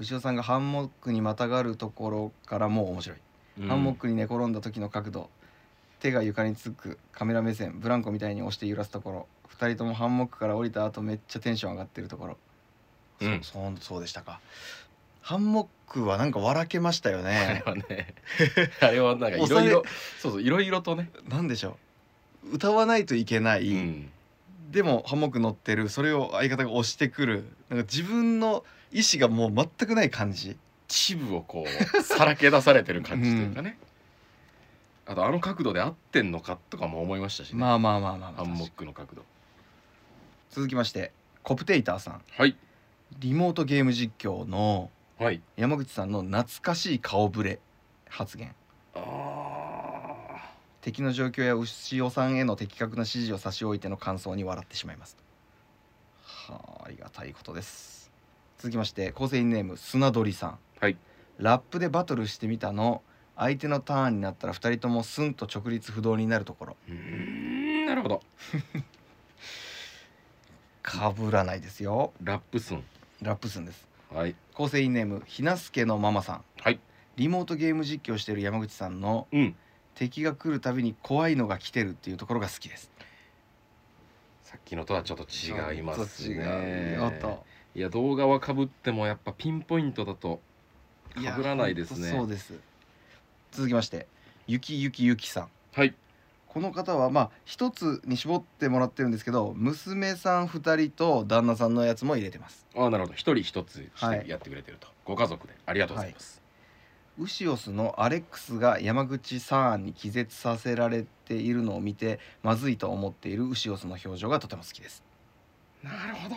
B: 牛尾さんがハンモックにまたがるところからもう面白い、
A: ー
B: ハンモックに寝転んだ時の角度手が床につくカメラ目線ブランコみたいに押して揺らすところ2人ともハンモックから降りた後めっちゃテンション上がってるところ、
A: うん
B: そそうそうでしたかハンモックはなんか笑けましたよ
A: あれ
B: ね
A: はねあれはなんかいろいろそうそういろいろとね、
B: なんでしょう歌わないといけない、
A: うん、
B: でもハンモック乗ってるそれを相方が押してくるなんか自分の意思がもう全くない感じ
A: 秩父をこうさらけ出されてる感じというかね、あとあの角度で合ってんのかとかも思いましたしね、
B: まあまあまあまあま
A: ハ
B: あ
A: ンモックの角度
B: 続きましてコプテイターさん
A: はい
B: リモートゲーム実況の
A: はい
B: 山口さんの懐かしい顔ぶれ発言
A: あ
B: 敵の状況や牛尾さんへの的確な指示を差し置いての感想に笑ってしまいますはあありがたいことです続きまして構成員ネーム砂鳥さん
A: はい
B: ラップでバトルしてみたの相手のターンになったら2人ともスンと直立不動になるところ
A: うーんなるほど
B: かぶらないですよ
A: ラップスン
B: ラップスンです
A: はい
B: 構成員ネームひなすけのママさん
A: はい
B: リモートゲーム実況している山口さんの
A: うん
B: 敵が来るたびに怖いのが来てるっていうところが好きです
A: さっきのとはちょっと違いますね
B: ちょっと違うよと
A: いや動画はかぶってもやっぱピンポイントだと
B: や
A: 被らないですね
B: ほんとそうです続きましてゆきゆきゆきさん
A: はい
B: この方はまあ一つに絞ってもらってるんですけど娘さん二人と旦那さんのやつも入れてます
A: ああなるほど一人一つ
B: は
A: して
B: い
A: やってくれてると、ご家族でありがとうございます、
B: ウシオスのアレックスが山口サーンに気絶させられているのを見てまずいと思っているウシオスの表情がとても好きです
A: なるほど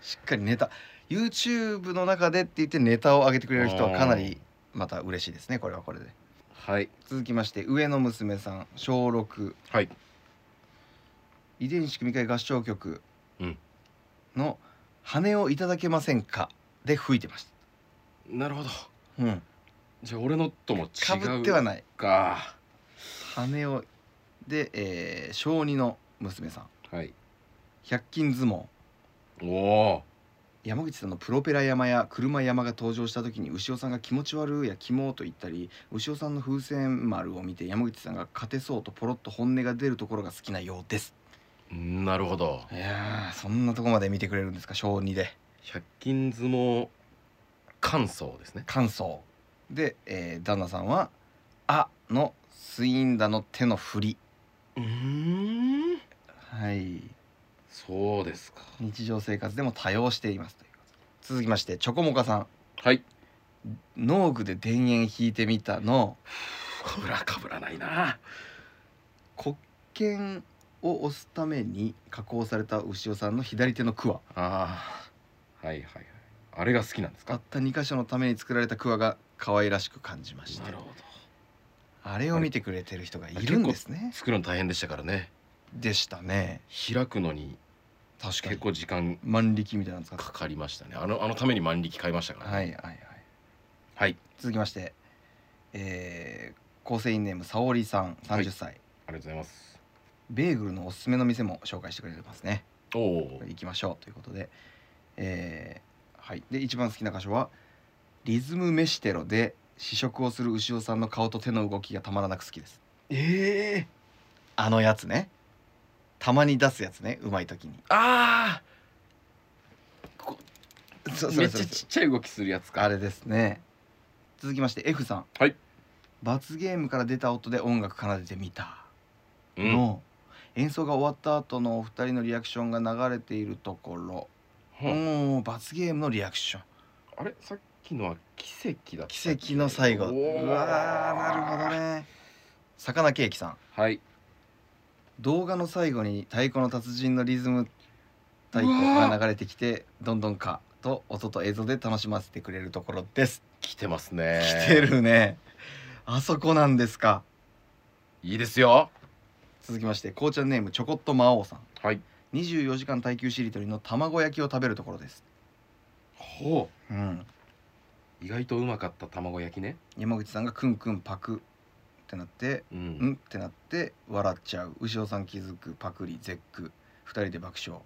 B: しっかりネタ YouTube の中でって言ってネタを上げてくれる人はかなりまた嬉しいですねこれはこれで
A: はい
B: 続きまして上の娘さん小6
A: はい
B: 遺伝子組み換え合唱曲
A: うん
B: の「羽をいただけませんか」で吹いてまし
A: なるほど
B: た、うん、
A: じゃあ俺のとも違
B: かぶ
A: う
B: ってはない
A: か
B: 羽をで、えー小2の娘さん
A: はい
B: 100均相撲
A: おお
B: 山口さんの「プロペラ山」や「車山」が登場した時に牛尾さんが「気持ち悪い」や「キモ」と言ったり牛尾さんの風船丸を見て山口さんが「勝てそう」とポロッと本音が出るところが好きなようです
A: ーなるほど
B: いやーそんなとこまで見てくれるんですか小2で
A: 百均相撲感想ですね
B: 感想で、えー旦那さんは「あ」の「スインダの手の振り
A: うん」
B: はい
A: そうですか
B: 日常生活でも多用していますということ続きましてチョコモカさん
A: はい
B: 「農具で田園引いてみた」の
A: かぶらかぶらないな
B: 黒剣を押すために加工された牛尾さんの左手のクワ
A: あーはいはいはいあれが好きなんです
B: たっ
A: か
B: た2箇所のために作られたクワが可愛らしく感じまして
A: なるほど
B: あれを見てくれてる人がいるんですね
A: 作るの大変でしたからね
B: でしたね
A: 開くのに
B: 確か
A: 結
B: に
A: 構時間
B: 万力みたいなの使って
A: かかりましたねあのあのために万力買いましたからね
B: はいはいはい
A: はい
B: 続きましてえー、構成員ネーム沙織さん30歳、
A: ありがとうございます
B: ベーグルのおすすめの店も紹介してくれてますね
A: おお
B: これ行きましょうということで、えーはい、で一番好きな箇所は「リズムメシテロ」で試食をする牛尾さんの顔と手の動きがたまらなく好きです
A: ええ
B: あのやつねたまに出すやつねうまい時に
A: あ
B: そ
A: あ
B: そ
A: め
B: れ
A: っ
B: そ
A: ちゃ
B: れ
A: ち
B: そ
A: っちゃい動きするやつ
B: れ
A: か
B: あれですね続きまして F さん
A: はい
B: 罰ゲームから出た音で音楽奏でてみた
A: うん
B: の、演奏が終わった後のお二人のリアクションが流れているところ、
A: ほん
B: もう罰ゲームのリアクション
A: あれさっきのは奇跡だった
B: 奇跡の最後
A: おー
B: うわーなるほどね魚ケーキさん
A: はい
B: 動画の最後に太鼓の達人のリズム太鼓が流れてきてどんどんかと音と映像で楽しませてくれるところです、
A: 来てますね
B: 来てるねあそこなんですか
A: いいですよ
B: 続きましてこうちゃんネームちょこっと魔王さん
A: はい
B: 24時間耐久しりとりの卵焼きを食べるところです
A: ほ
B: うん
A: う意外とうまかった卵焼きね
B: 山口さんがクンクンパクってなって
A: う
B: うん
A: ん
B: ってなって笑っちゃう牛尾さん気づくパクリ絶句二人で爆笑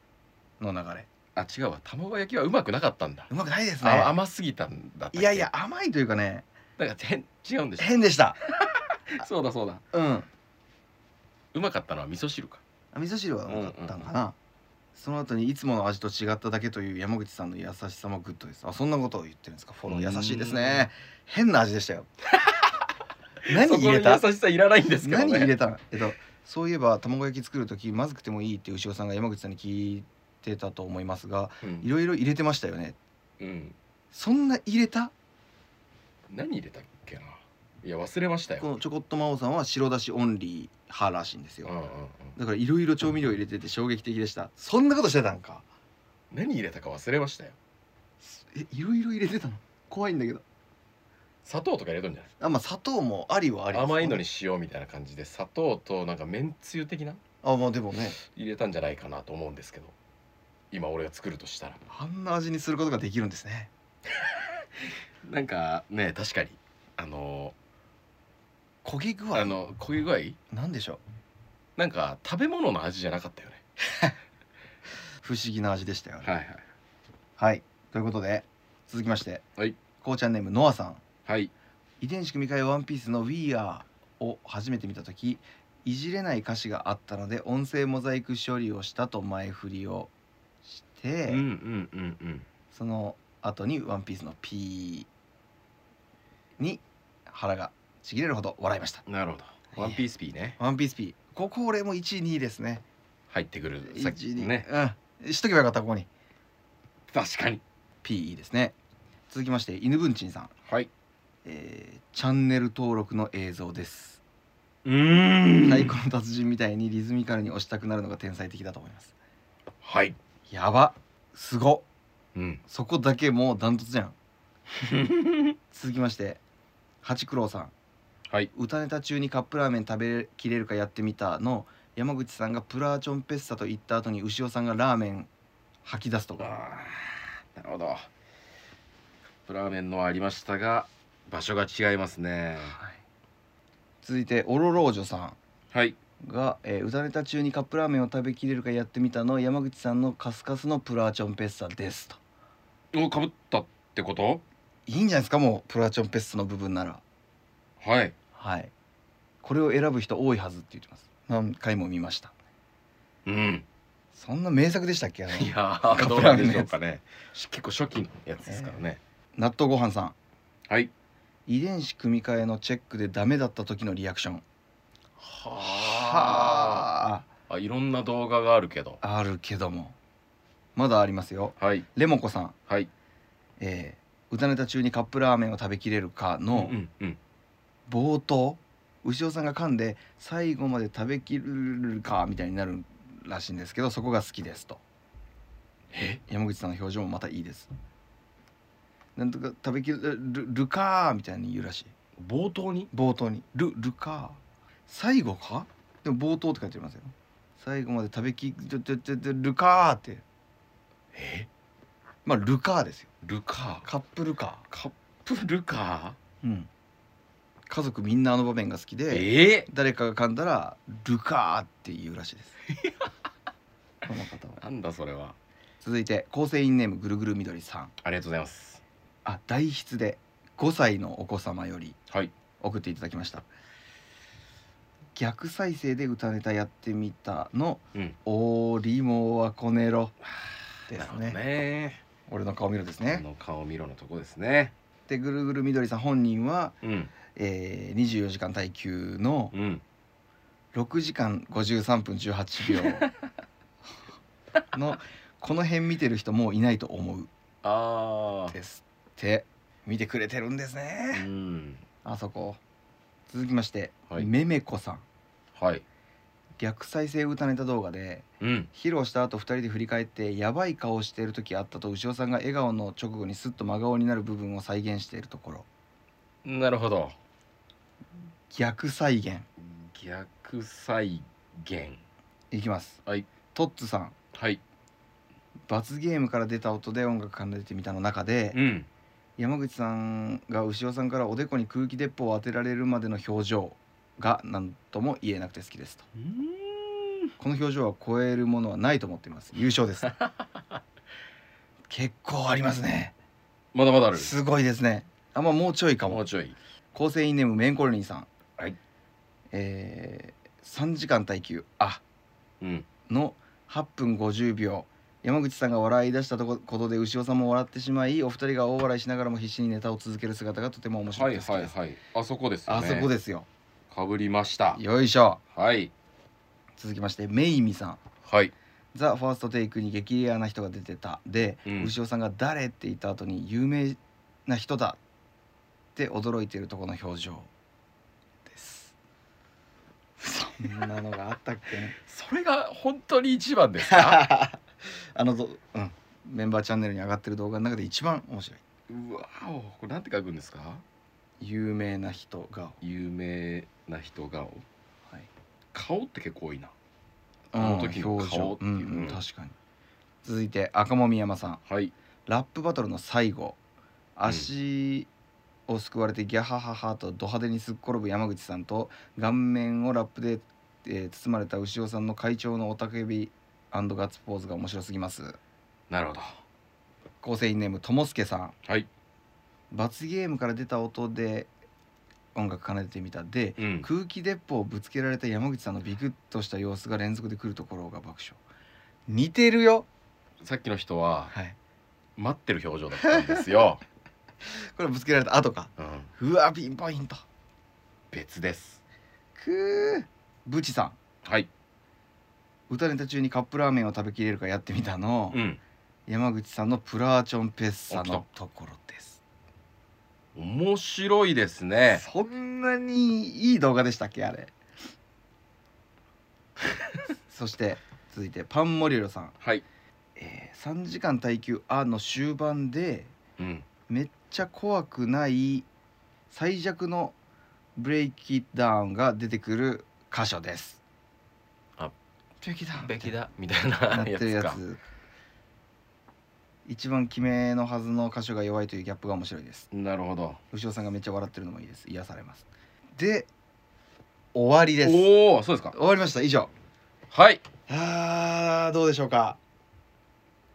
B: の流れ
A: あ違うわ卵焼きはうまくなかったんだ
B: うまくないですね
A: あ甘すぎたんだったっけ
B: いやいや甘いというかね
A: なんか変違うんでし
B: 変でした
A: ょそうだそうだ
B: うん
A: うまかったのは味噌汁か
B: 味噌汁はうまかったんかな、その後にいつもの味と違っただけという山口さんの優しさもグッドですあそんなことを言ってるんですかフォロー優しいですね変な味でし たよ何入れた
A: そこに優しさいらないんですけどね
B: 何入れたのえっとそういえば卵焼き作る時まずくてもいいって牛尾さんが山口さんに聞いてたと思いますが
A: う
B: い
A: ん、
B: ろいろ入れてましたよね
A: うん、
B: そんな入れた
A: 何入れたっけないや忘れましたよ、
B: このちょこっと魔王さんは白だしオンリー派らしいんです
A: う
B: よ
A: んうんうん、
B: だからいろいろ調味料入れてて衝撃的でしたそんなことしてたんか
A: 何入れたか忘れましたよ
B: えいろいろ入れてたの怖いんだけど
A: 砂糖とか入れとんじゃない
B: あまあ砂糖もありはありですね
A: 甘いのに塩みたいな感じで砂糖となんかめんつゆ的な
B: あまあでもね
A: 入れたんじゃないかなと思うんですけど今俺が作るとしたら
B: あんな味にすることができるんですね
A: なんかね確かにあの
B: 焦げ具
A: あ
B: 合
A: の焦げ具合
B: なんでしょう
A: なんか食べ物の味じゃなかったよね
B: 不思議な味でしたよね
A: はいはい
B: はいということで続きまして
A: はい
B: こうちゃんネームノアさん
A: はい
B: 遺伝子組み換えワンピースの We Are を初めて見た時いじれない歌詞があったので音声モザイク処理をしたと前振りをして、
A: うんうんうんうん
B: その後にワンピースの P に腹がちぎれるほど笑いました
A: なるほどワンピースピーね
B: ワンピース P ここ俺も1位2位ですね
A: 入ってくるさっき
B: 1位2位
A: ね
B: うんしとけばよかったここに
A: 確かに
B: P いいですね続きまして犬文鎮さん、
A: はい
B: えーチャンネル登録の映像です
A: うーん
B: 太鼓の達人みたいにリズミカルに押したくなるのが天才的だと思います
A: はい
B: やばすご
A: うん
B: そこだけもうダントツじゃ ん続きまして八九郎さん
A: はい
B: 歌ネタ中にカップラーメン食べきれるかやってみたの山口さんがプラーチョンペッサと言った後に牛尾さんがラーメン吐き出すとか
A: あーなるほどカップラーメンのはありましたが場所が違いますね
B: 続いてオロロージョさん
A: はい
B: が、えーうだネタ中にカップラーメンを食べきれるかやってみたの山口さんのカスカスのプラーチョンペッサですと
A: おかぶったってこと
B: いいんじゃないですかもうプラーチョンペッサの部分なら
A: はい
B: はいこれを選ぶ人多いはずって言ってます何回も見ました
A: うん
B: そんな名作でしたっけあ の
A: いやーどうなんでしょうかねし結構初期のやつですからね、
B: 納豆ご飯さん
A: はい
B: 遺伝子組み換えのチェックでダメだった時のリアクション
A: はああいろんな動画があるけど
B: ああるけどもまだありますよ
A: はい
B: レモコさん
A: はい
B: えー、歌ネタ中にカップラーメンを食べきれるか
A: う
B: の
A: んうん
B: 冒頭、牛尾さんが噛んで最後まで食べきるかみたいになるらしいんですけどそこが好きですと
A: え
B: 山口さんの表情もまたいいですなんとか食べきるるるかーみたいに言うらしい
A: 冒頭に
B: 冒頭に「るるかー」最後かでも冒頭って書いてありますよ最後まで食べきるるるるかーって
A: え
B: まあルカーですよ
A: ルカ
B: カップルカ
A: カップ ルカ
B: ーうん家族みんなあの場面が好きで
A: え
B: 誰かが噛んだら「ルカー」って言うらし いですこの方は
A: なんだそれは
B: 続いて構成員ネームぐるぐるみどりさん
A: ありがとうございます
B: あ代筆で5歳のお子様より
A: はい
B: 送っていただきました逆再生で歌ネタやってみたの
A: うん
B: 「おーりもはこねろ」で
A: な
B: す
A: るほど
B: ね
A: ね
B: 俺の顔見ろです
A: こ
B: ね
A: の顔見ろのとこですね
B: でぐるぐるみどりさん本人は、
A: うん
B: えー、24時間耐久の
A: うん
B: 6時間53分18秒のこの辺見てる人もういないと思う
A: ああ
B: ですって見てくれてるんです
A: う
B: ね
A: ん
B: あそこ続きまして、
A: はい
B: めめこさん
A: はい
B: 逆再生歌ネタ動画で
A: うん
B: 披露した後2人で振り返ってやばい顔している時あったと牛尾さんが笑顔の直後にスッと真顔になる部分を再現しているところ
A: なるほど
B: 逆再現
A: 逆再現
B: いきます、
A: はい
B: トッツさん
A: はい
B: 罰ゲームから出た音で音楽奏でてみたの中で、
A: うん
B: 山口さんが牛尾さんからおでこに空気鉄砲を当てられるまでの表情が何とも言えなくて好きですとこの表情は超えるものはないと思っています優勝です結構ありますね
A: まだまだある
B: すごいですねあまあもうちょいか
A: も
B: も
A: うちょい
B: 構成員ネームメンコロニーさん
A: はい
B: えー、3時間耐久あ
A: うん
B: の8分50秒山口さんが笑い出したとこことで牛尾さんも笑ってしまいお二人が大笑いしながらも必死にネタを続ける姿がとても面白
A: はいい
B: です、
A: はいはいあそこですよ
B: あ
A: ね
B: そこ
A: で
B: ですよ
A: かぶりました
B: よいしょ
A: はい
B: 続きましてメイミさん
A: はい
B: 「ザ・ファーストテイクに激レアな人が出てた」で、
A: うん
B: 牛尾さんが「誰?」って言った後に「有名な人だ」って驚いているとこの表情ですそんなのがあったっけね
A: それが本当に一番です か
B: あのぞ、うん、メンバーチャンネルに上がってる動画の中で一番面白いう
A: わおこれなんて書くんですか
B: 有名な人が、
A: 有名な人顔
B: はい、
A: 顔って結構多いな
B: う
A: あ
B: ん
A: の時の
B: 表情
A: 顔っていう
B: うんう
A: う
B: ん
A: ん
B: 確かに続いて赤もみ山さん
A: はい
B: ラップバトルの最後足をすくわれてギャハハハとド派手にすっ転ぶ山口さんと顔面をラップで、えー包まれた牛尾さんの会長の雄たけびガッツポーズが面白すぎます
A: なるほど
B: 構成員ネームともすけさん
A: はい
B: 罰ゲームから出た音で音楽奏でてみたで
A: うん
B: 空気鉄砲をぶつけられた山口さんのビクッとした様子が連続で来るところが爆笑似てるよ
A: さっきの人は
B: はい
A: 待ってる表情だったんです よ、
B: これぶつけられた後か
A: うん、
B: うわピンポイント
A: 別です
B: くーブチさん
A: はい
B: 歌ネタ中にカップラーメンを食べきれるかやってみたの、
A: うん
B: 山口さんのプラーチョンペッサ
A: あ来た
B: のところです、
A: 面白いですね
B: そんなにいい動画でしたっけあれ そして続いてパンモリロさん、
A: はい
B: えー、3時間耐久あの終盤で
A: うん
B: めっちゃ怖くない最弱のブレイキダウンが出てくる箇所です
A: あ
B: ブレイキダウン
A: べきだみたいな
B: なって
A: や
B: る
A: つ
B: や
A: か
B: つ一番決めのはずの箇所が弱いというギャップが面白いです
A: なるほど
B: 牛尾さんがめっちゃ笑ってるのもいいです癒されますで終わりです終
A: おおそうですか
B: わりました以上
A: はい
B: あーどうでしょうか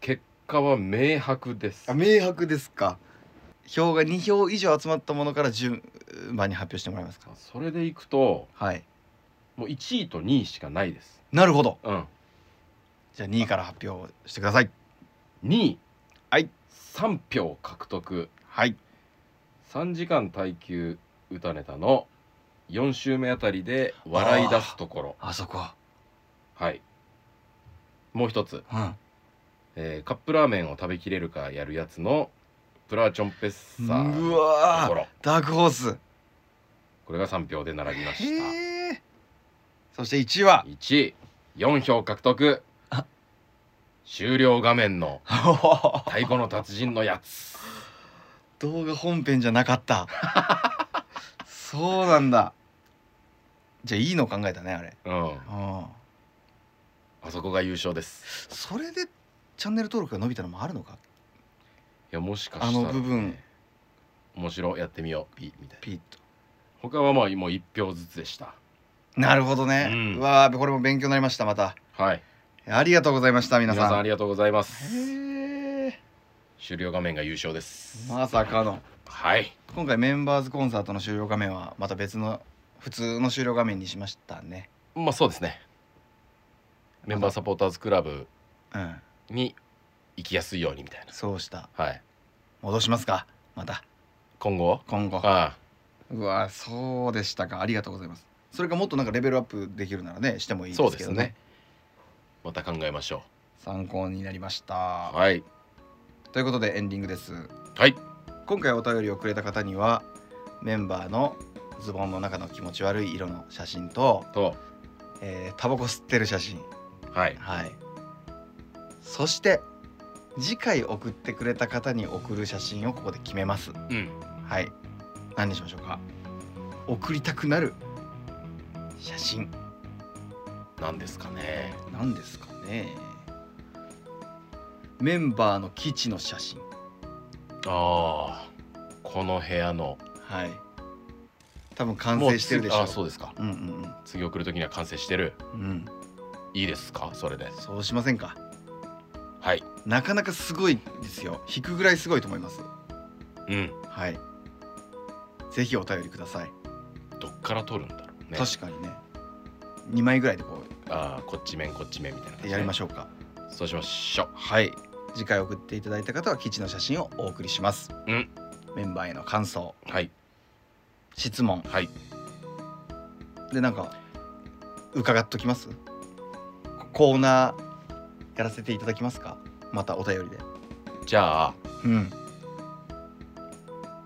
A: 結果は明白です
B: あ明白ですか票が2票以上集まったものから順番に発表してもらえますか
A: それでいくと
B: はい
A: もう1位と2位しかないです
B: なるほど
A: うん
B: じゃあ2位から発表してください
A: 2位
B: はい
A: 3票獲得
B: はい
A: 3時間耐久歌ネタの4週目あたりで笑い出すところ
B: あそこ
A: はいもう一つ、
B: うん
A: えーカップラーメンを食べきれるかやるやつのプラチョンペッサー
B: う
A: のと
B: わ
A: こ
B: ー
A: ろ
B: ダークホース
A: これが3票で並びました
B: へえそして1位は
A: 1位4票獲得
B: あ
A: 終了画面の太鼓の達人のやつ
B: 動画本編じゃなかったそうなんだじゃあいいの考えたねあれ
A: うん
B: うん
A: あそこが優勝です
B: それでチャンネル登録が伸びたのもあるのか
A: いやもしかしたら、ね、
B: あの部分
A: 面白いやってみようピみたいな
B: ピッと
A: 他はまあもう1票ずつでした
B: なるほどね、
A: う
B: うんわあこれも勉強になりましたまた
A: はい
B: ありがとうございました皆
A: 皆
B: さん
A: さんありがとうございます
B: へえ
A: 終了画面が優勝です
B: まさかの
A: はい
B: 今回メンバーズコンサートの終了画面はまた別の普通の終了画面にしましたね
A: まあそうですねメンバーサポーターズクラブ
B: うん
A: に行きやすいようにみたい
B: そうした
A: なはい
B: 戻しますかまた
A: 今後
B: 今後
A: あ
B: うわそうでしたかありがとうございますそれがもっとなんかレベルアップできるならねしてもいいですけど
A: そうです
B: ね
A: ねまた考えましょ
B: 参考になりました、
A: うはい
B: ということでエンディングです
A: はい
B: 今回お便りをくれた方にはメンバーのズボンの中の気持ち悪い色の写真と、
A: と
B: えータバコ吸ってる写真
A: はい
B: はいそして次回送ってくれた方に送る写真をここで決めます
A: うん
B: はい何にしましょうか送りたくなる写真
A: なんですかね
B: 何ですかねメンバーの基地の写真
A: ああこの部屋の
B: はい多分完成してるでしょ
A: もうつあそうですか
B: うんうん
A: 次送る時には完成してる
B: うんうん
A: いいですかそれで
B: そうしませんか
A: はい
B: なかなかすごいですよ引くぐらいすごいと思います
A: うん
B: はいぜひお便りください、
A: どっから撮るんだろうね
B: 確かにね2枚ぐらいでこ
A: ああこっち面こっち面みたいな感
B: う
A: じ、
B: やりま
A: ょ
B: しょうか
A: うそうしましょう
B: はい次回送っていただいた方は基地の写真をお送りします、
A: うん
B: メンバーへの感想
A: はい
B: 質問
A: はい
B: でなんか伺っときますコーナーやらせていただきますかまたお便りで
A: じゃあ
B: うん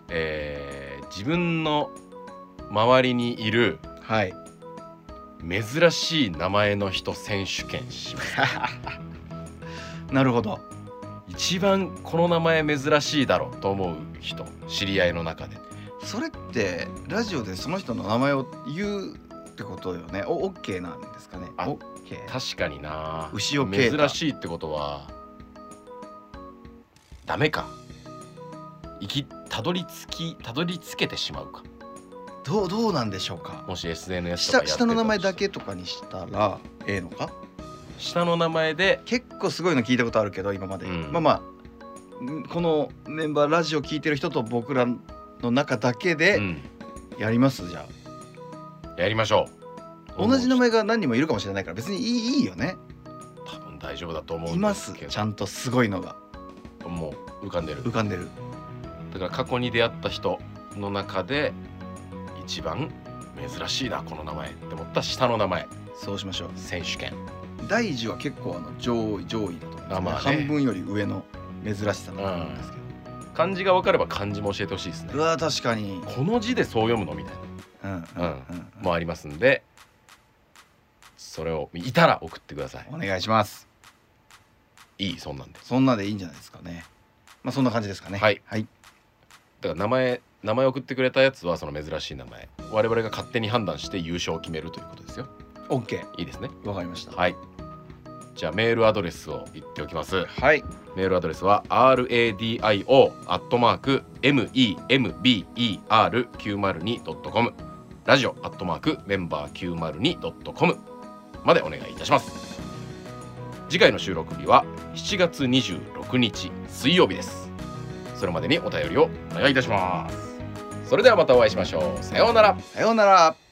A: えー自分の周りにいる
B: はい
A: 珍しい名前の人選手権します
B: なるほど
A: 一番この名前珍しいだろうと思う人知り合いの中で
B: それってラジオでその人の名前を言うってことよねおオッケーなんですかね
A: あ
B: オッケー
A: 確かにな
B: 牛尾啓太
A: 珍しいってことはダメか行きたどり着きたどり着けてしまうか
B: どうどうなんでしょうか
A: もし SNS とかやっ
B: 下
A: てた
B: 下の名前だ
A: とし
B: けとかにしたらええのか
A: て下の名前で
B: 結構すごいの聞いたことあるけど今まで、
A: うん
B: まあまあんこのメンバーラジオ聞いてる人と僕らの中だけ
A: う
B: で
A: ん
B: やります、じゃあ
A: やりましょう
B: 同じ名前が何人もいるかもしれないから別にいいいいよね
A: 多分大丈夫だと思う
B: い
A: ん
B: ま
A: です
B: す
A: けど
B: ちゃんとすごいのが
A: もう浮かんでる
B: 浮かんでる
A: だから過去に出会った人の中で一番珍しいなこの名前って思った下の名前
B: そうしましょう
A: 選手権
B: 大事は結構あの上位上位だと思うんですよね
A: あまあね
B: 半分より上の珍しさだと思うんですけど、
A: 漢字が分かれば漢字も教えてほしいですね
B: うわー確かに
A: この字でそう読むのみたいな
B: うんうん
A: う
B: うんん、
A: もありますんでそれをいたら送ってください
B: お願いします
A: いいそんなんで
B: そんなでいいんじゃないですかねまあそんな感じですかね
A: はい
B: はい、
A: だから名前名前送ってくれたやつはその珍しい名前我々が勝手に判断して優勝を決めるということですよ
B: OK
A: いいですね
B: わかりました
A: はいじゃあメールアドレスを言っておきます
B: はい
A: メールアドレスは radio.membr902.com ラジオアットマークメンバー 902.com までお願いいたします次回の収録日は7月26日水曜日ですそれまでにお便りをお願いいたしますそれではまたお会いしましょうさようなら
B: さようなら